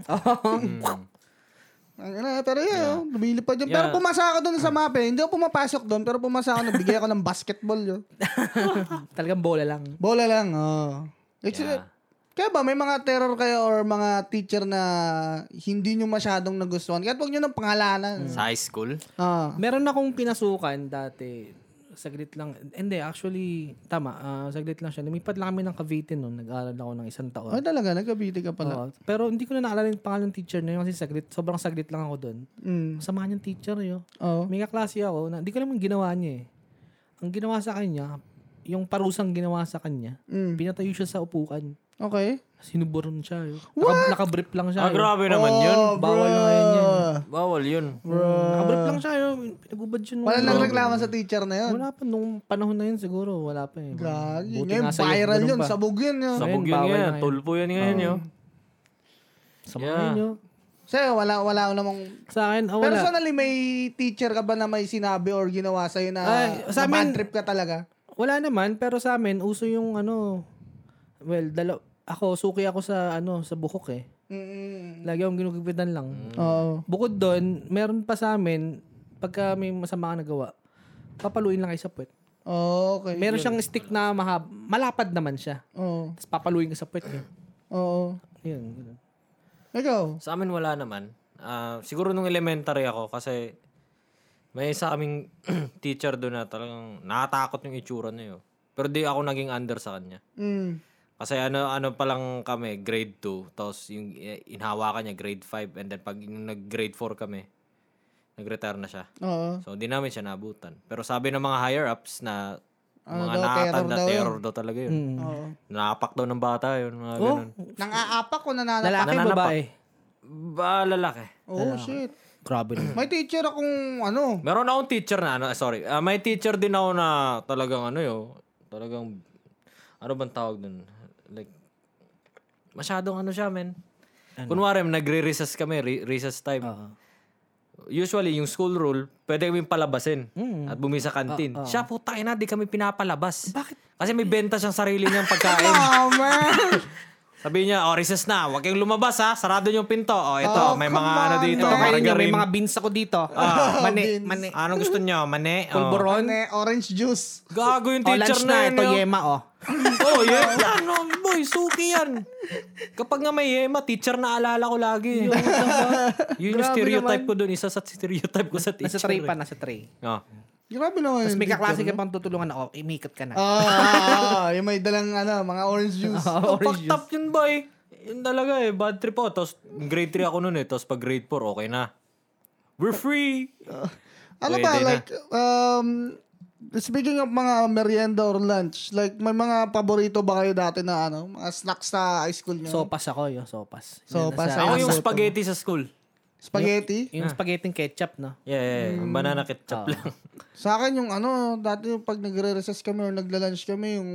Mm-hmm. Ang ina, pero yun, lumilipad yun. Pero pumasa ako doon sa mape. Hindi ako pumapasok doon, pero pumasa ako. Nagbigay ako ng basketball yun.
Talagang bola lang.
Bola lang, oo. Like,
Yeah.
Kaya ba may mga terror kayo or mga teacher na hindi nyo masyadong nagustuhan? Kahit huwag nyo ng pangalanan.
Mm.
Sa high school?
Ah.
Meron akong pinasukan dati. Saglit lang. Hindi, actually, tama. ah, saglit lang siya. Lumipat lang kami ng Cavite noon. Nag-aaral ako ng isang taon.
Ay talaga, nagkabiti ka pala.
Oo. Ah, Pero hindi ko na naalala yung pangalan ng teacher na yun kasi saglit, sobrang saglit lang ako doon.
Mm. Oh.
Masama niyang teacher yun.
Oo.
May kaklase ako, na, hindi ko naman ginawa niya eh. Ang ginawa sa kanya, yung parusang ginawa sa kanya, pinatayo siya sa upukan.
Mm. Okay.
Sinuburon siya yun. Naka, nakabrip lang siya eh.
Ah,
yun.
grabe naman yun.
Bawal na ngayon yun.
Bawal yun.
Nakabrip lang siya yun. Pinagubad siya nung...
Wala nang reklamo sa teacher na yun.
Wala pa nung panahon na yun siguro. Wala pa eh.
Gagi.
Buti
Ngayon,
nga sa'yo,
viral
ganun
yun.
pa.
Sabog yun. yun.
Sabog
Ayun,
yun
bawal na
ngayon.
ngayon.
Tulpo yun ngayon, yo.
Sa mga
Yeah.
yun, yun. oh.
Sa'yo, wala, wala namang...
Sa akin, ah, wala.
Personally, may teacher ka ba na may sinabi or ginawa sa'yo na,
Ay, sa
na bad
amin-
trip ka talaga?
Wala naman, pero sa amin, uso yung ano, well, dalaw, ako, suki ako sa ano, sa buhok eh.
Mm-mm.
Lagi akong ginugupitan lang.
Mm. Oo.
Bukod doon, meron pa sa amin, pagka may masama ka nagawa, papaluin lang kayo sa puwet.
Oh, okay.
Meron siyang stick na mahab, malapad naman siya.
Oo.
Tapos papaluin ka sa puwet. Yun.
Oo.
Yun, yun.
Ikaw?
Sa amin wala naman. Ah, siguro nung elementary ako kasi may sa [CLEARS THROAT] aming teacher doon na talagang nakatakot yung itsura niya. yo. Pero di ako naging under sa kanya.
Mm.
Kasi ano ano pa lang kami, grade 2. Tapos yung eh, inhawakan niya grade 5 and then pag yung nag-grade 4 kami, nag-retire na siya.
Oo.
So hindi namin siya naabutan. Pero sabi ng mga higher ups na
Ano
mga
daw,
nakatanda,
terror daw yun. Mm.
terror, daw talaga yun.
Oo.
Naapak daw ng bata yun, mga
Oh,
ganun.
Nang aapak Mm. ko nananapak.
lalaki,
Nananapak.
babae.
Ba, lalaki.
Oh, shit.
Grabe na.
May teacher akong ano.
Meron akong teacher na ano, ah, sorry. Ah, may teacher din ako na talagang ano yo, talagang ano bang tawag dun? Like masyadong ano siya, men. Kunwari, nagre-recess kami, re- recess time. Usually, yung school rule, pwede kami palabasin at bumi sa kantin. Siya, puta ina, di kami pinapalabas. Bakit? Kasi may benta siyang sarili niyang pagkain.
[LAUGHS] [LAUGHS] Oh, man.
Sabi niya, oh, recess na. Huwag kayong lumabas, ha? Sarado yung pinto. Oh, ito, may mga ano dito.
Kumain nyo, may
margarine.
mga beans ako dito. [LAUGHS] mani, mani.
Ano gusto niyo? Mane? Oh.
Pulburon.
Ano eh, orange juice.
Gago yung
Oh, lunch
teacher
na.
na, ano? yun.
Ito,
yo.
yema, oh.
oh, yema. Ano, boy, suki yan. Kapag nga may yema, teacher na alala ko lagi. [LAUGHS] yun yung stereotype ko dun. Isa sa stereotype ko sa teacher.
Nasa tray pa, nasa tray.
Oh.
Grabe naman
Tapos
yun.
may kaklase ka pang tutulungan ako, imikat ka na.
Oo, oh, yung may dalang ano, mga orange juice.
Oh, fucked up yun, boy. Yun talaga eh. Bad trip ako. Tapos grade 3 ako nun eh. Tapos pag grade 4, okay na. We're free.
Ah,
Ano
Pwede
ba,
na.
like, um, speaking of mga merienda or lunch, like, may mga paborito ba kayo dati na, ano, mga snacks sa high school nyo?
Sopas ako, yung sopas.
Sopas,
Yung
Ako
nasa-
yung spaghetti sa school.
Spaghetti?
Yung spaghetti and ketchup, no?
Yeah, yeah, yeah.
Hmm. Ah.
Banana ketchup lang.
Sa akin, yung ano, dati yung pag nagre-recess kami or nagla-lunch kami, yung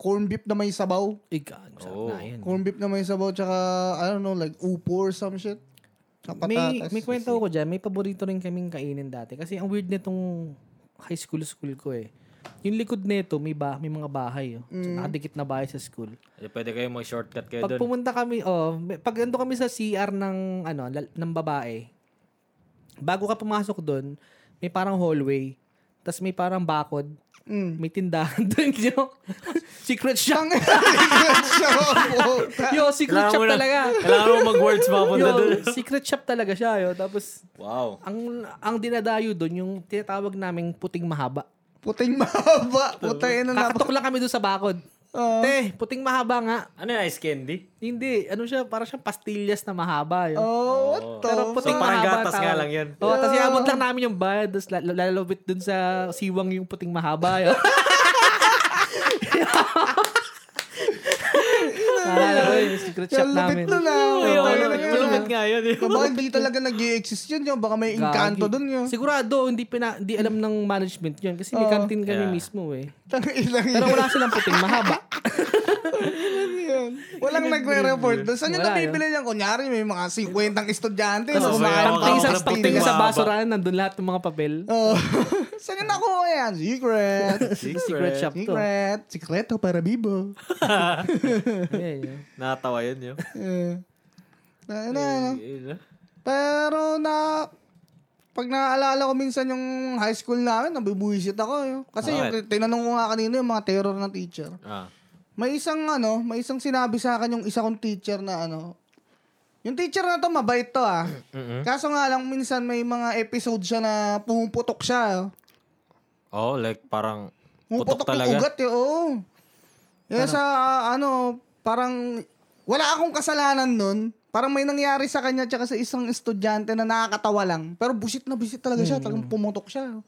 corn beef na may sabaw.
Igaan,
Oh.
sarap na yun.
Corn beef na may sabaw, tsaka, I don't know, like, upo or some shit. Tsaka
May,
patatas.
may kwento ko dyan, may paborito rin kaming kainin dati. Kasi ang weird nitong high school school ko eh. Yung likod nito, may, ba, may mga bahay. Oh. So, nakadikit na bahay sa school.
Eh, Pwede kayo mag-shortcut kayo
Pag
doon.
pumunta kami, oh, may- pag ando kami sa CR ng ano, lal- ng babae. Bago ka pumasok doon, may parang hallway, tas may parang bakod,
Mm. [LAUGHS]
may tindahan [LAUGHS] doon yo. secret shop.
Ang Secret shop, puta.
yo, secret shop
mo na-
talaga.
Kailangan mo mag-words mapunta
Yo,
doon.
secret shop talaga siya yo. Tapos
Wow.
ang ang dinadayo doon yung tinatawag naming puting mahaba.
Puting mahaba. Putay na na.
Kakatok lang kami doon sa bakod.
Oo.
Teh, puting mahaba nga.
Ano yung ice candy?
Hindi, ano siya, parang siyang pastillas na mahaba. Yun.
Oh, what the?
Pero puting
So, parang
mahaba.
gatas
tawag.
nga lang yun.
Oo, tapos iabot lang namin yung bayad. Tapos la- lalabit dun sa siwang yung puting mahaba. Yun. Naalala ko yun, yung secret shop
Ang
namin.
lupit
oh,
na na.
Ayun,
Putay na
malupit-
yun.
malupit nga yun. eh.
Baka hindi talaga nag-i-exist yun. yun. Baka may engkanto
Gagi.
dun yun.
Sigurado, hindi, pina, hindi alam ng management yun. Kasi may
Oo.
canteen kami
Yeah.
mismo eh.
Tangin lang
Pero
yun.
wala silang puting mahaba.
yun. Walang nagre-report doon. Saan yung
Wala yun.
nabibili yan? Kunyari, may mga 50 estudyante.
Tapos
So,
Oo,
mga
kaya
pagtingin sa,
parang puting
pagtingin sa
mahaba.
basurahan, nandun lahat ng mga papel.
Oo. [LAUGHS] Saan yung nakuha yan? Secret.
Secret, shop to.
Secret. Sikreto para bibo.
Yeah, yeah.
Nakatawa yun
[LAUGHS]
yun.
Eh. Na, na, ano.
Yun, ah.
Pero na pag naaalala ko minsan yung high school namin, nabibuisit ako. Yun. Kasi yung, tinanong ko nga kanina yung mga terror na teacher.
Ah.
May isang ano, may isang sinabi sa akin yung isa kong teacher na ano. Yung teacher na to, mabait to ah. Kaso nga lang minsan may mga episode siya na pumuputok siya. oh.
Oh, like parang putok
Pumuputok yung
talaga.
ugat eh, oo. Kaya sa ah, ano, parang wala akong kasalanan nun. Parang may nangyari sa kanya tsaka sa isang estudyante na nakakatawa lang. Pero busit na busit talaga
Hmm.
siya. Talagang pumutok siya. oh.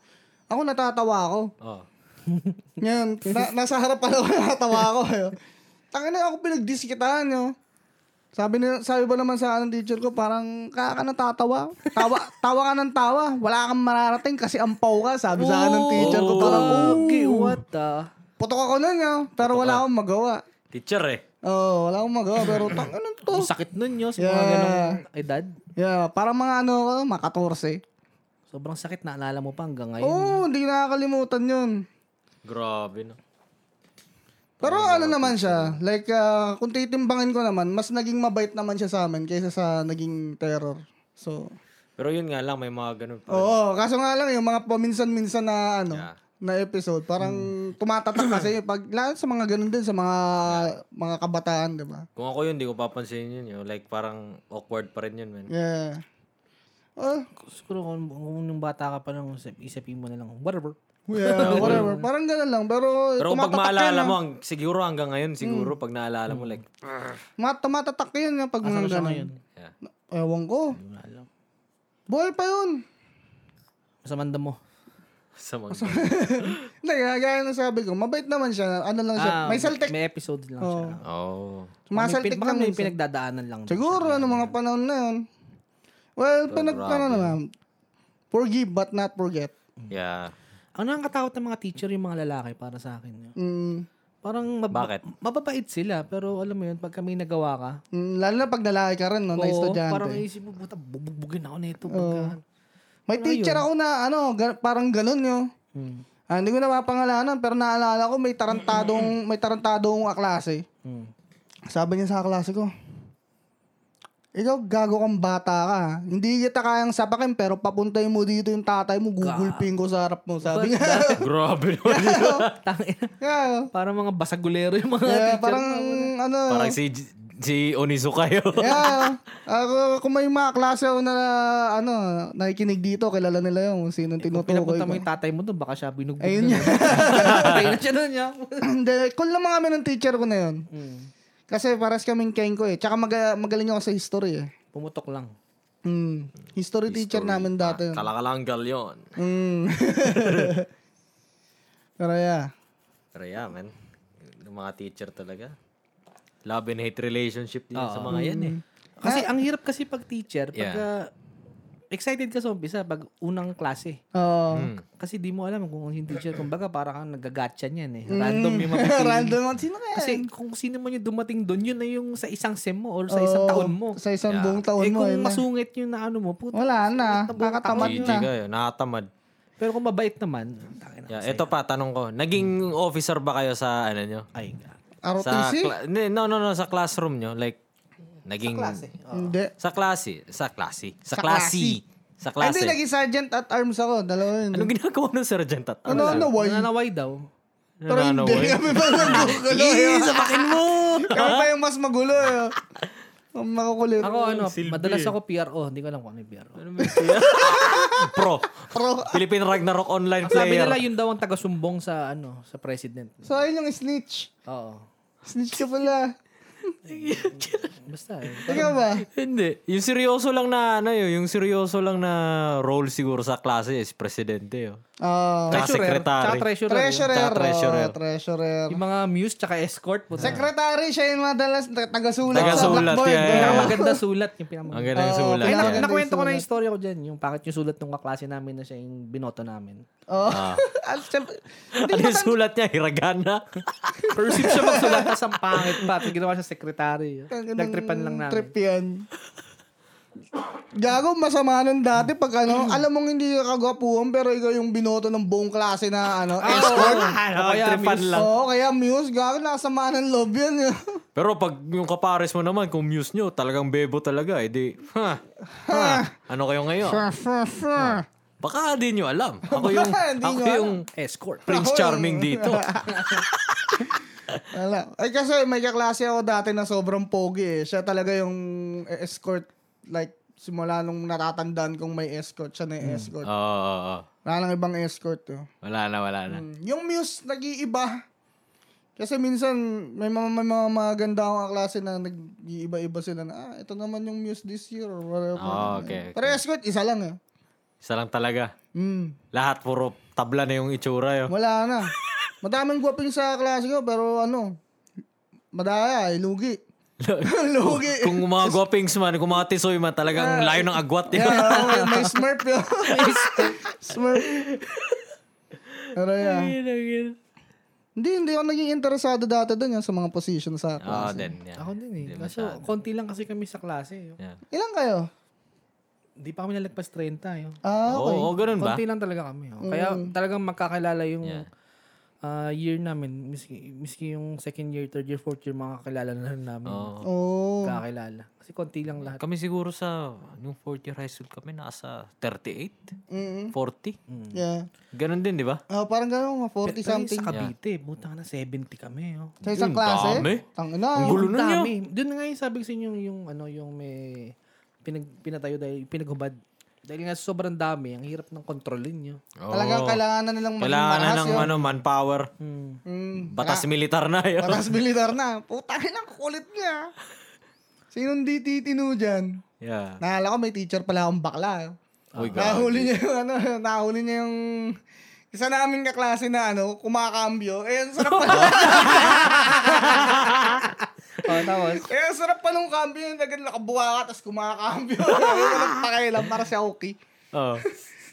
Ako natatawa ako.
Oh.
Ngayon, na, nasa harap pala ako [LAUGHS] nakatawa ako. Yo. Tangin na ako pinagdiskitaan, yo. Sabi ni sabi ba naman sa anong teacher ko, parang kaya ka natatawa. Tawa, tawa ka ng tawa. Wala kang mararating kasi ampaw ka. Sabi sa akin ng teacher ko, parang,
Okay,
oh,
what the?
putok ako nun, yo. Pero wala akong magawa.
Teacher eh.
Oo, oh, wala akong magawa. Pero tangin na to.
Ang sakit nun yun sa mga
Yeah.
ganong edad.
Yeah, parang mga ano, ko, mga 14.
Sobrang sakit, naalala mo pa hanggang
Oo,
ngayon.
oh, hindi nakakalimutan yun.
Grabe na.
Pero ano naman siya, like ah, kung titimbangin ko naman, mas naging mabait naman siya sa amin kaysa sa naging terror. So,
Pero yun nga lang, may mga ganun pa.
oo, kaso nga lang yung mga paminsan-minsan na ano,
Yeah.
na episode, parang tumatatak kasi pag lahat sa mga ganun din sa mga mga kabataan, 'di ba?
Kung ako yun, di ko papansin yun. Yo. Like parang awkward pa rin yun, man.
Yeah. Ah, Oh,
Siguro kung, kung nung bata ka pa lang, isip- isipin mo na lang, whatever.
Yeah, whatever. Parang ganun lang. Pero,
Pero kung pag
tumatatak yan, ah.
maalala
Mm.
mo, ang- siguro hanggang ngayon, siguro pag naalala mo, like,
ah. Ma- tumatatak yun ah, pag mga ganun.
yeah.
Ewan ko. Boy pa yun.
Masamanda mo.
sa mga...
Hindi, kaya na sabi ko. Mabait naman siya. Ano lang siya.
Ah,
may saltik.
May episode lang siya.
Oh.
Oh.
Masaltik
Baka
lang
may
minsan.
pinagdadaanan lang. din.
Siguro, ano mga panahon na yun. Well, pinag, ano naman. Forgive but not forget.
Yeah. [LAUGHS]
Ang nakakatakot ng mga teacher yung mga lalaki para sa akin.
Mm,
Parang mab-
Bakit?
mababait sila pero alam mo yun, pag kami nagawa ka,
mm, lalo na pag lalaki ka rin, no, na
oo,
estudyante.
parang isip mo, buta, bubugbugin ako nito. pagka- ano."
May teacher ako na, ano, ga- parang ganun yun.
Mm.
Ah, hindi ko na mapangalanan, pero naalala ko may tarantadong, may tarantadong aklase.
[LAUGHS] Mm.
Sabi niya sa kaklase ko, ikaw gago kang bata ka. ha. Hindi kita kayang sapakin pero papuntay mo dito yung tatay mo, gugulping ko sa harap mo. Sabi niya.
Grabe naman.
Tangina.
[LAUGHS] yeah.
parang mga basagulero yung mga
Yeah,
teacher.
parang ano.
Parang si, si Onizo kayo.
yeah. Ako, kung may mga klase ako na ano, nakikinig dito, kilala nila yung kung sinong
Kung
tinutukoy ko.
pinapunta mo yung tatay mo doon, baka siya binugbog.
Ayun
na.
nga. [LAUGHS]
Patay na siya nun niya.
[CLEARS THROAT] Hindi, cool naman kami ng teacher ko na yun.
Hmm,
Kasi paras kaming kengko eh. Tsaka maga- magaling ako sa history eh.
Pumutok lang.
Mm. History, teacher namin dati
Ah,
yun.
Kalakalangal yun.
Mm. [LAUGHS] Pero yeah.
Pero yeah, man. Yung mga teacher talaga. Love and hate relationship din sa mga yan eh.
Kasi
Ah.
ang hirap kasi pag teacher,
Yeah.
pagka excited ka sa umpisa, pag unang klase.
Oo.
Kasi di mo alam kung yung teacher, kumbaga parang kang nagagatcha niyan eh. Random yung
[LAUGHS]
mapipili.
[LAUGHS] Hmm. Random ang sino kaya?
Kasi kung sino man yung dumating doon, yun na yung sa isang sem mo or sa isang taon mo.
Sa isang buong taon
Eh
mo.
kung
yun na.
masungit yung na ano mo, puto.
Wala na. Nakatamad
GG
na.
kayo. Nakatamad.
Pero kung mabait naman, tangin na.
Yeah, ito pa, tanong ko. Naging officer ba kayo sa ano nyo?
Ay, nga.
Sa
ROTC?
cla- Hindi, no, no, no. Sa classroom nyo. Like, naging... Sa klase.
Hindi.
Sa klase. Sa klase.
Sa
Sa klase.
Ay, Hindi,
Sa klase. Ano
naging sergeant at arms ako. Dalawa yun.
Anong ginagawa ng sergeant at
Ano, ano, why?
Nananaway daw.
Pero hindi. [LAUGHS] Kami pa yung magulo. yun.
sabakin mo!
Kami pa yung mas magulo. yun. Ang Makukulit.
Ako ano, madalas ako PRO. Hindi ko alam kung ano yung PRO.
Pro.
Pro.
Philippine Ragnarok online
Sabi
player.
nila yun daw ang taga-sumbong sa ano, sa president.
So, ayun yung snitch.
Oo.
Snitch ka pala.
Basta eh.
ah. Ikaw ba?
Hindi. Yung seryoso lang na ano yun, yung seryoso lang na role siguro sa klase is presidente oh. yun.
Ah.
Tsaka
Tsaka
secretary.
treasurer.
treasurer.
Tsaka treasurer.
oh, treasurer.
Yung mga muse tsaka escort. Puta.
Secretary siya yung madalas na- tagasulat sa
Tagasulat,
blackboard. eh.
yeah, yeah.
Pinakamaganda sulat. Yung
Ang
pinakamaganda.
ganda yung
Oo,
sulat.
Ang
Ay, na,
ganda
niya.
yung
nakwento ko na yung
sulat.
story ko dyan. Yung pangit yung sulat ng kaklase namin na siya yung binoto namin.
Oo.
Ah.
[LAUGHS] At syempre, hindi
Ano yung sulat niya? Hiragana? [LAUGHS]
Perceive siya magsulat tas ang pangit pa. Tapos ginawa siya secretary.
Ganun
Nagtripan lang namin.
Trip yan. Gago, masama nun dati pag ano,
[CLEARS THROAT]
alam mong hindi ka kagwapuhan pero ikaw yung binoto ng buong klase na
Ah,
ano, escort.
Ano,
kaya
tripan lang.
Oo, kaya Muse, gago, nakasama ng love eh.
[LAUGHS]
yun.
Pero pag yung kapares mo naman, kung muse nyo, talagang bebo talaga, eh di, ha, ha, ano kayo ngayon?
Fur, fur, fur.
Baka di nyo alam.
[LAUGHS]
Ako yung,
Baka di
ako
nyo
yung
Escort.
Prince
Ako
Charming
yung- [LAUGHS]
dito.
Wala. Ay, kasi may kaklase ako dati na sobrang pogi eh. Siya talaga yung escort, like, simula nung natatandaan kong may escort, siya na yung escort.
Oo, oo, oo.
Wala nang ibang escort. Oh.
wala na, wala na.
Yung muse, nag-iiba. Kasi minsan, may mga, may mga maganda akong kaklase na nag-iiba-iba sila na, ah, ito naman yung muse this year or whatever.
Oh, okay,
Pero escort, isa lang eh.
Isa lang talaga.
Mm,
Lahat puro tabla na yung itsura eh, oh. yun.
wala na. Madaming guwaping sa klase ko, pero ano, madaya, eh, lugi. lugi.
kung mga guwapings man, kung mga tisoy man, talagang layo ng agwat eh. yun.
Yeah, oo, may, may smurf yun. May smurf. Pero yeah. Hindi, hindi ako naging interesado dati dun yun sa mga position sa
Oo,
class.
Ah, then, yeah.
Ako din eh. Kaso, konti lang kasi kami sa klase.
Yeah.
Ilan kayo?
Hindi pa kami nalagpas 30. Yun.
Ah,
Oo, oo, ganun ba?
Konti lang talaga kami. oh. Kaya
Mm.
talagang magkakilala yung
Yeah.
ah, year namin. Miski, miski yung second year, third year, fourth year, makakilala na rin namin.
Oo.
Oo.
Kakilala. Kasi konti lang lahat.
Kami siguro sa, yung fourth year high school kami, nasa 38,
Mm,
40.
yeah.
Ganun din, di ba?
Ah, parang ganun, mga 40 something.
Sa Cavite, buta na 70 kami. Oh.
Sa isang
Yun,
klase?
dami.
Tang ina.
Ang gulo nun yun.
Dami. Doon nga yung sabi ko sa inyo yung ano yung may pinag, pinatayo dahil pinaghubad. Dahil nga sobrang dami, ang hirap ng kontrolin nyo.
Oh.
Oo.
Talagang kailangan na nilang maging
Kailangan na
marahas
ng
yun.
ano, manpower.
Hmm.
Mm,
Batas militar na yun. [LAUGHS]
Paras militar na. Putangin ang kulit niya. Sinong di titino dyan?
yeah.
[LAUGHS] Naalala ko may teacher pala akong bakla. eh.
Uy, God.
Nahuli niya yung ano, [LAUGHS] nahuli niya yung isa namin kaklase na ano, kumakambyo. Eh, ang sarap pala.
Oh, tapos, [LAUGHS]
eh, ang sarap pa nung kambyo. Yung tagal nakabuka ka, tapos kumakambyo. Walang pakailan para si Aoki.
Oh.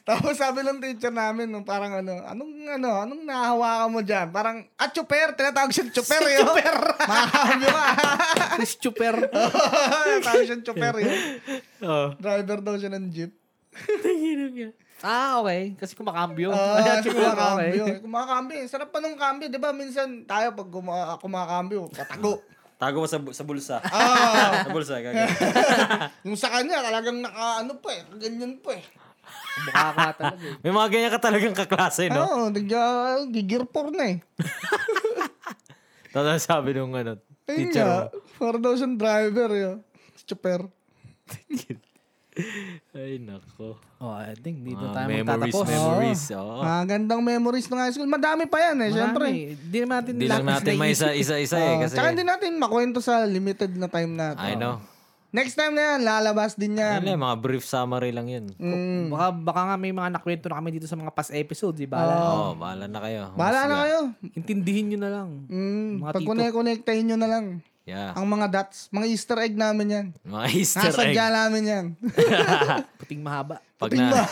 Tapos sabi ng teacher namin, no, parang ano, anong ano, anong nahawakan mo dyan? Parang, ah, chuper, tinatawag siya chuper yun. Chuper! Makakambyo ka. [LAUGHS]
Christopher.
Tawag siya chuper yun.
Oh.
Driver daw siya ng jeep.
ah, okay. Kasi kumakambyo. [LAUGHS]
Oo,
Ayan,
kasi
siguro,
Ah, kumakambyo. [LAUGHS]
okay.
Kumakambyo. eh. Sarap pa nung kambyo. Di ba minsan tayo pag oh, kuma- kumakambyo, patago.
Tago mo sa, bu- sa [LAUGHS] bulsa.
Ah,
sa bulsa, gagawin.
[LAUGHS] yung sa kanya talagang naka ano pa eh, ganyan pa eh.
Mukha ka talaga. eh.
May mga ganyan ka talagang kaklase, no?
Oo, Ah, oh, nagja- gigir por na eh.
Tapos sabi nung ano,
Ayun
teacher mo.
nga, for those and driver eh, oh. yun. Chuper.
Ay, nako.
Oh, I think dito
Mga
tayo
Ah, memories,
magtatapos.
memories. Oh. Oo.
Mga gandang memories ng high school. Madami pa yan eh, syempre.
Marami. Di naman natin
Hindi lang
lahat
natin
na
may
isip.
isa-isa eh.
Oo,
Kasi,
Tsaka hindi natin makwento sa limited na time natin.
I know.
Next time na yan, lalabas din yan.
Ano eh, mga brief summary lang yun.
Mm. Ah.
Baka, baka nga may mga nakwento na kami dito sa mga past episodes, di ba?
Oo, oh, bahala na kayo.
Bahala na kayo.
Intindihin nyo na lang.
Mm,
Mga
pag
tito.
connect-connectahin nyo na lang.
Yeah.
Ang mga dots, mga easter egg namin yan.
Mga Easter egg.
Nasadya namin yan.
Puting mahaba.
Pag na,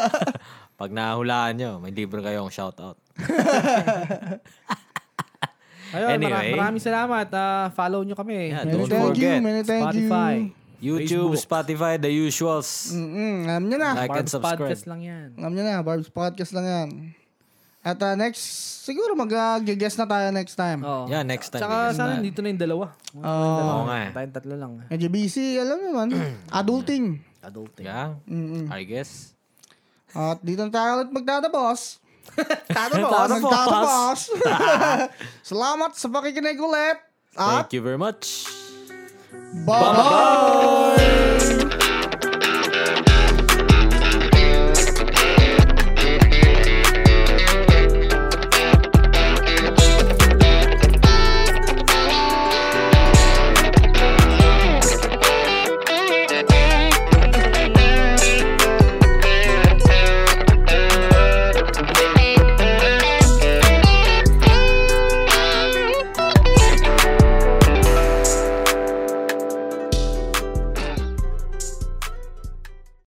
[LAUGHS] pag nahulaan nyo, may libre kayong shoutout.
Ayun, mara-
Anyway.
maraming salamat. Ah, follow nyo kami.
Yeah,
Many
Don't
thank you,
forget,
many thank
Spotify.
you.
YouTube, Spotify, the usuals.
Mm-mm, alam nyo na.
Like and
Barb's
subscribe.
Podcast lang yan.
Alam nyo na, Barb's Podcast lang yan. At ah, next, siguro mag-guest na tayo next time.
Oo.
Yeah, next
Oh.
time. ah.
Tsaka
guys.
sana dito na yung dalawa.
Oh,
Oo nga eh.
Tayong tatlo lang.
medyo busy, alam nyo
[CLEARS THROAT]
man. adulting.
Adulting.
Yeah,
Mm-mm.
I guess.
At dito na tayo ulit magtatapos. Tatapos.
[LAUGHS] Tatapos. [LAUGHS]
Magtatapos. Salamat sa Ah. pakikinig ulit. At
Thank you very much.
bye-bye!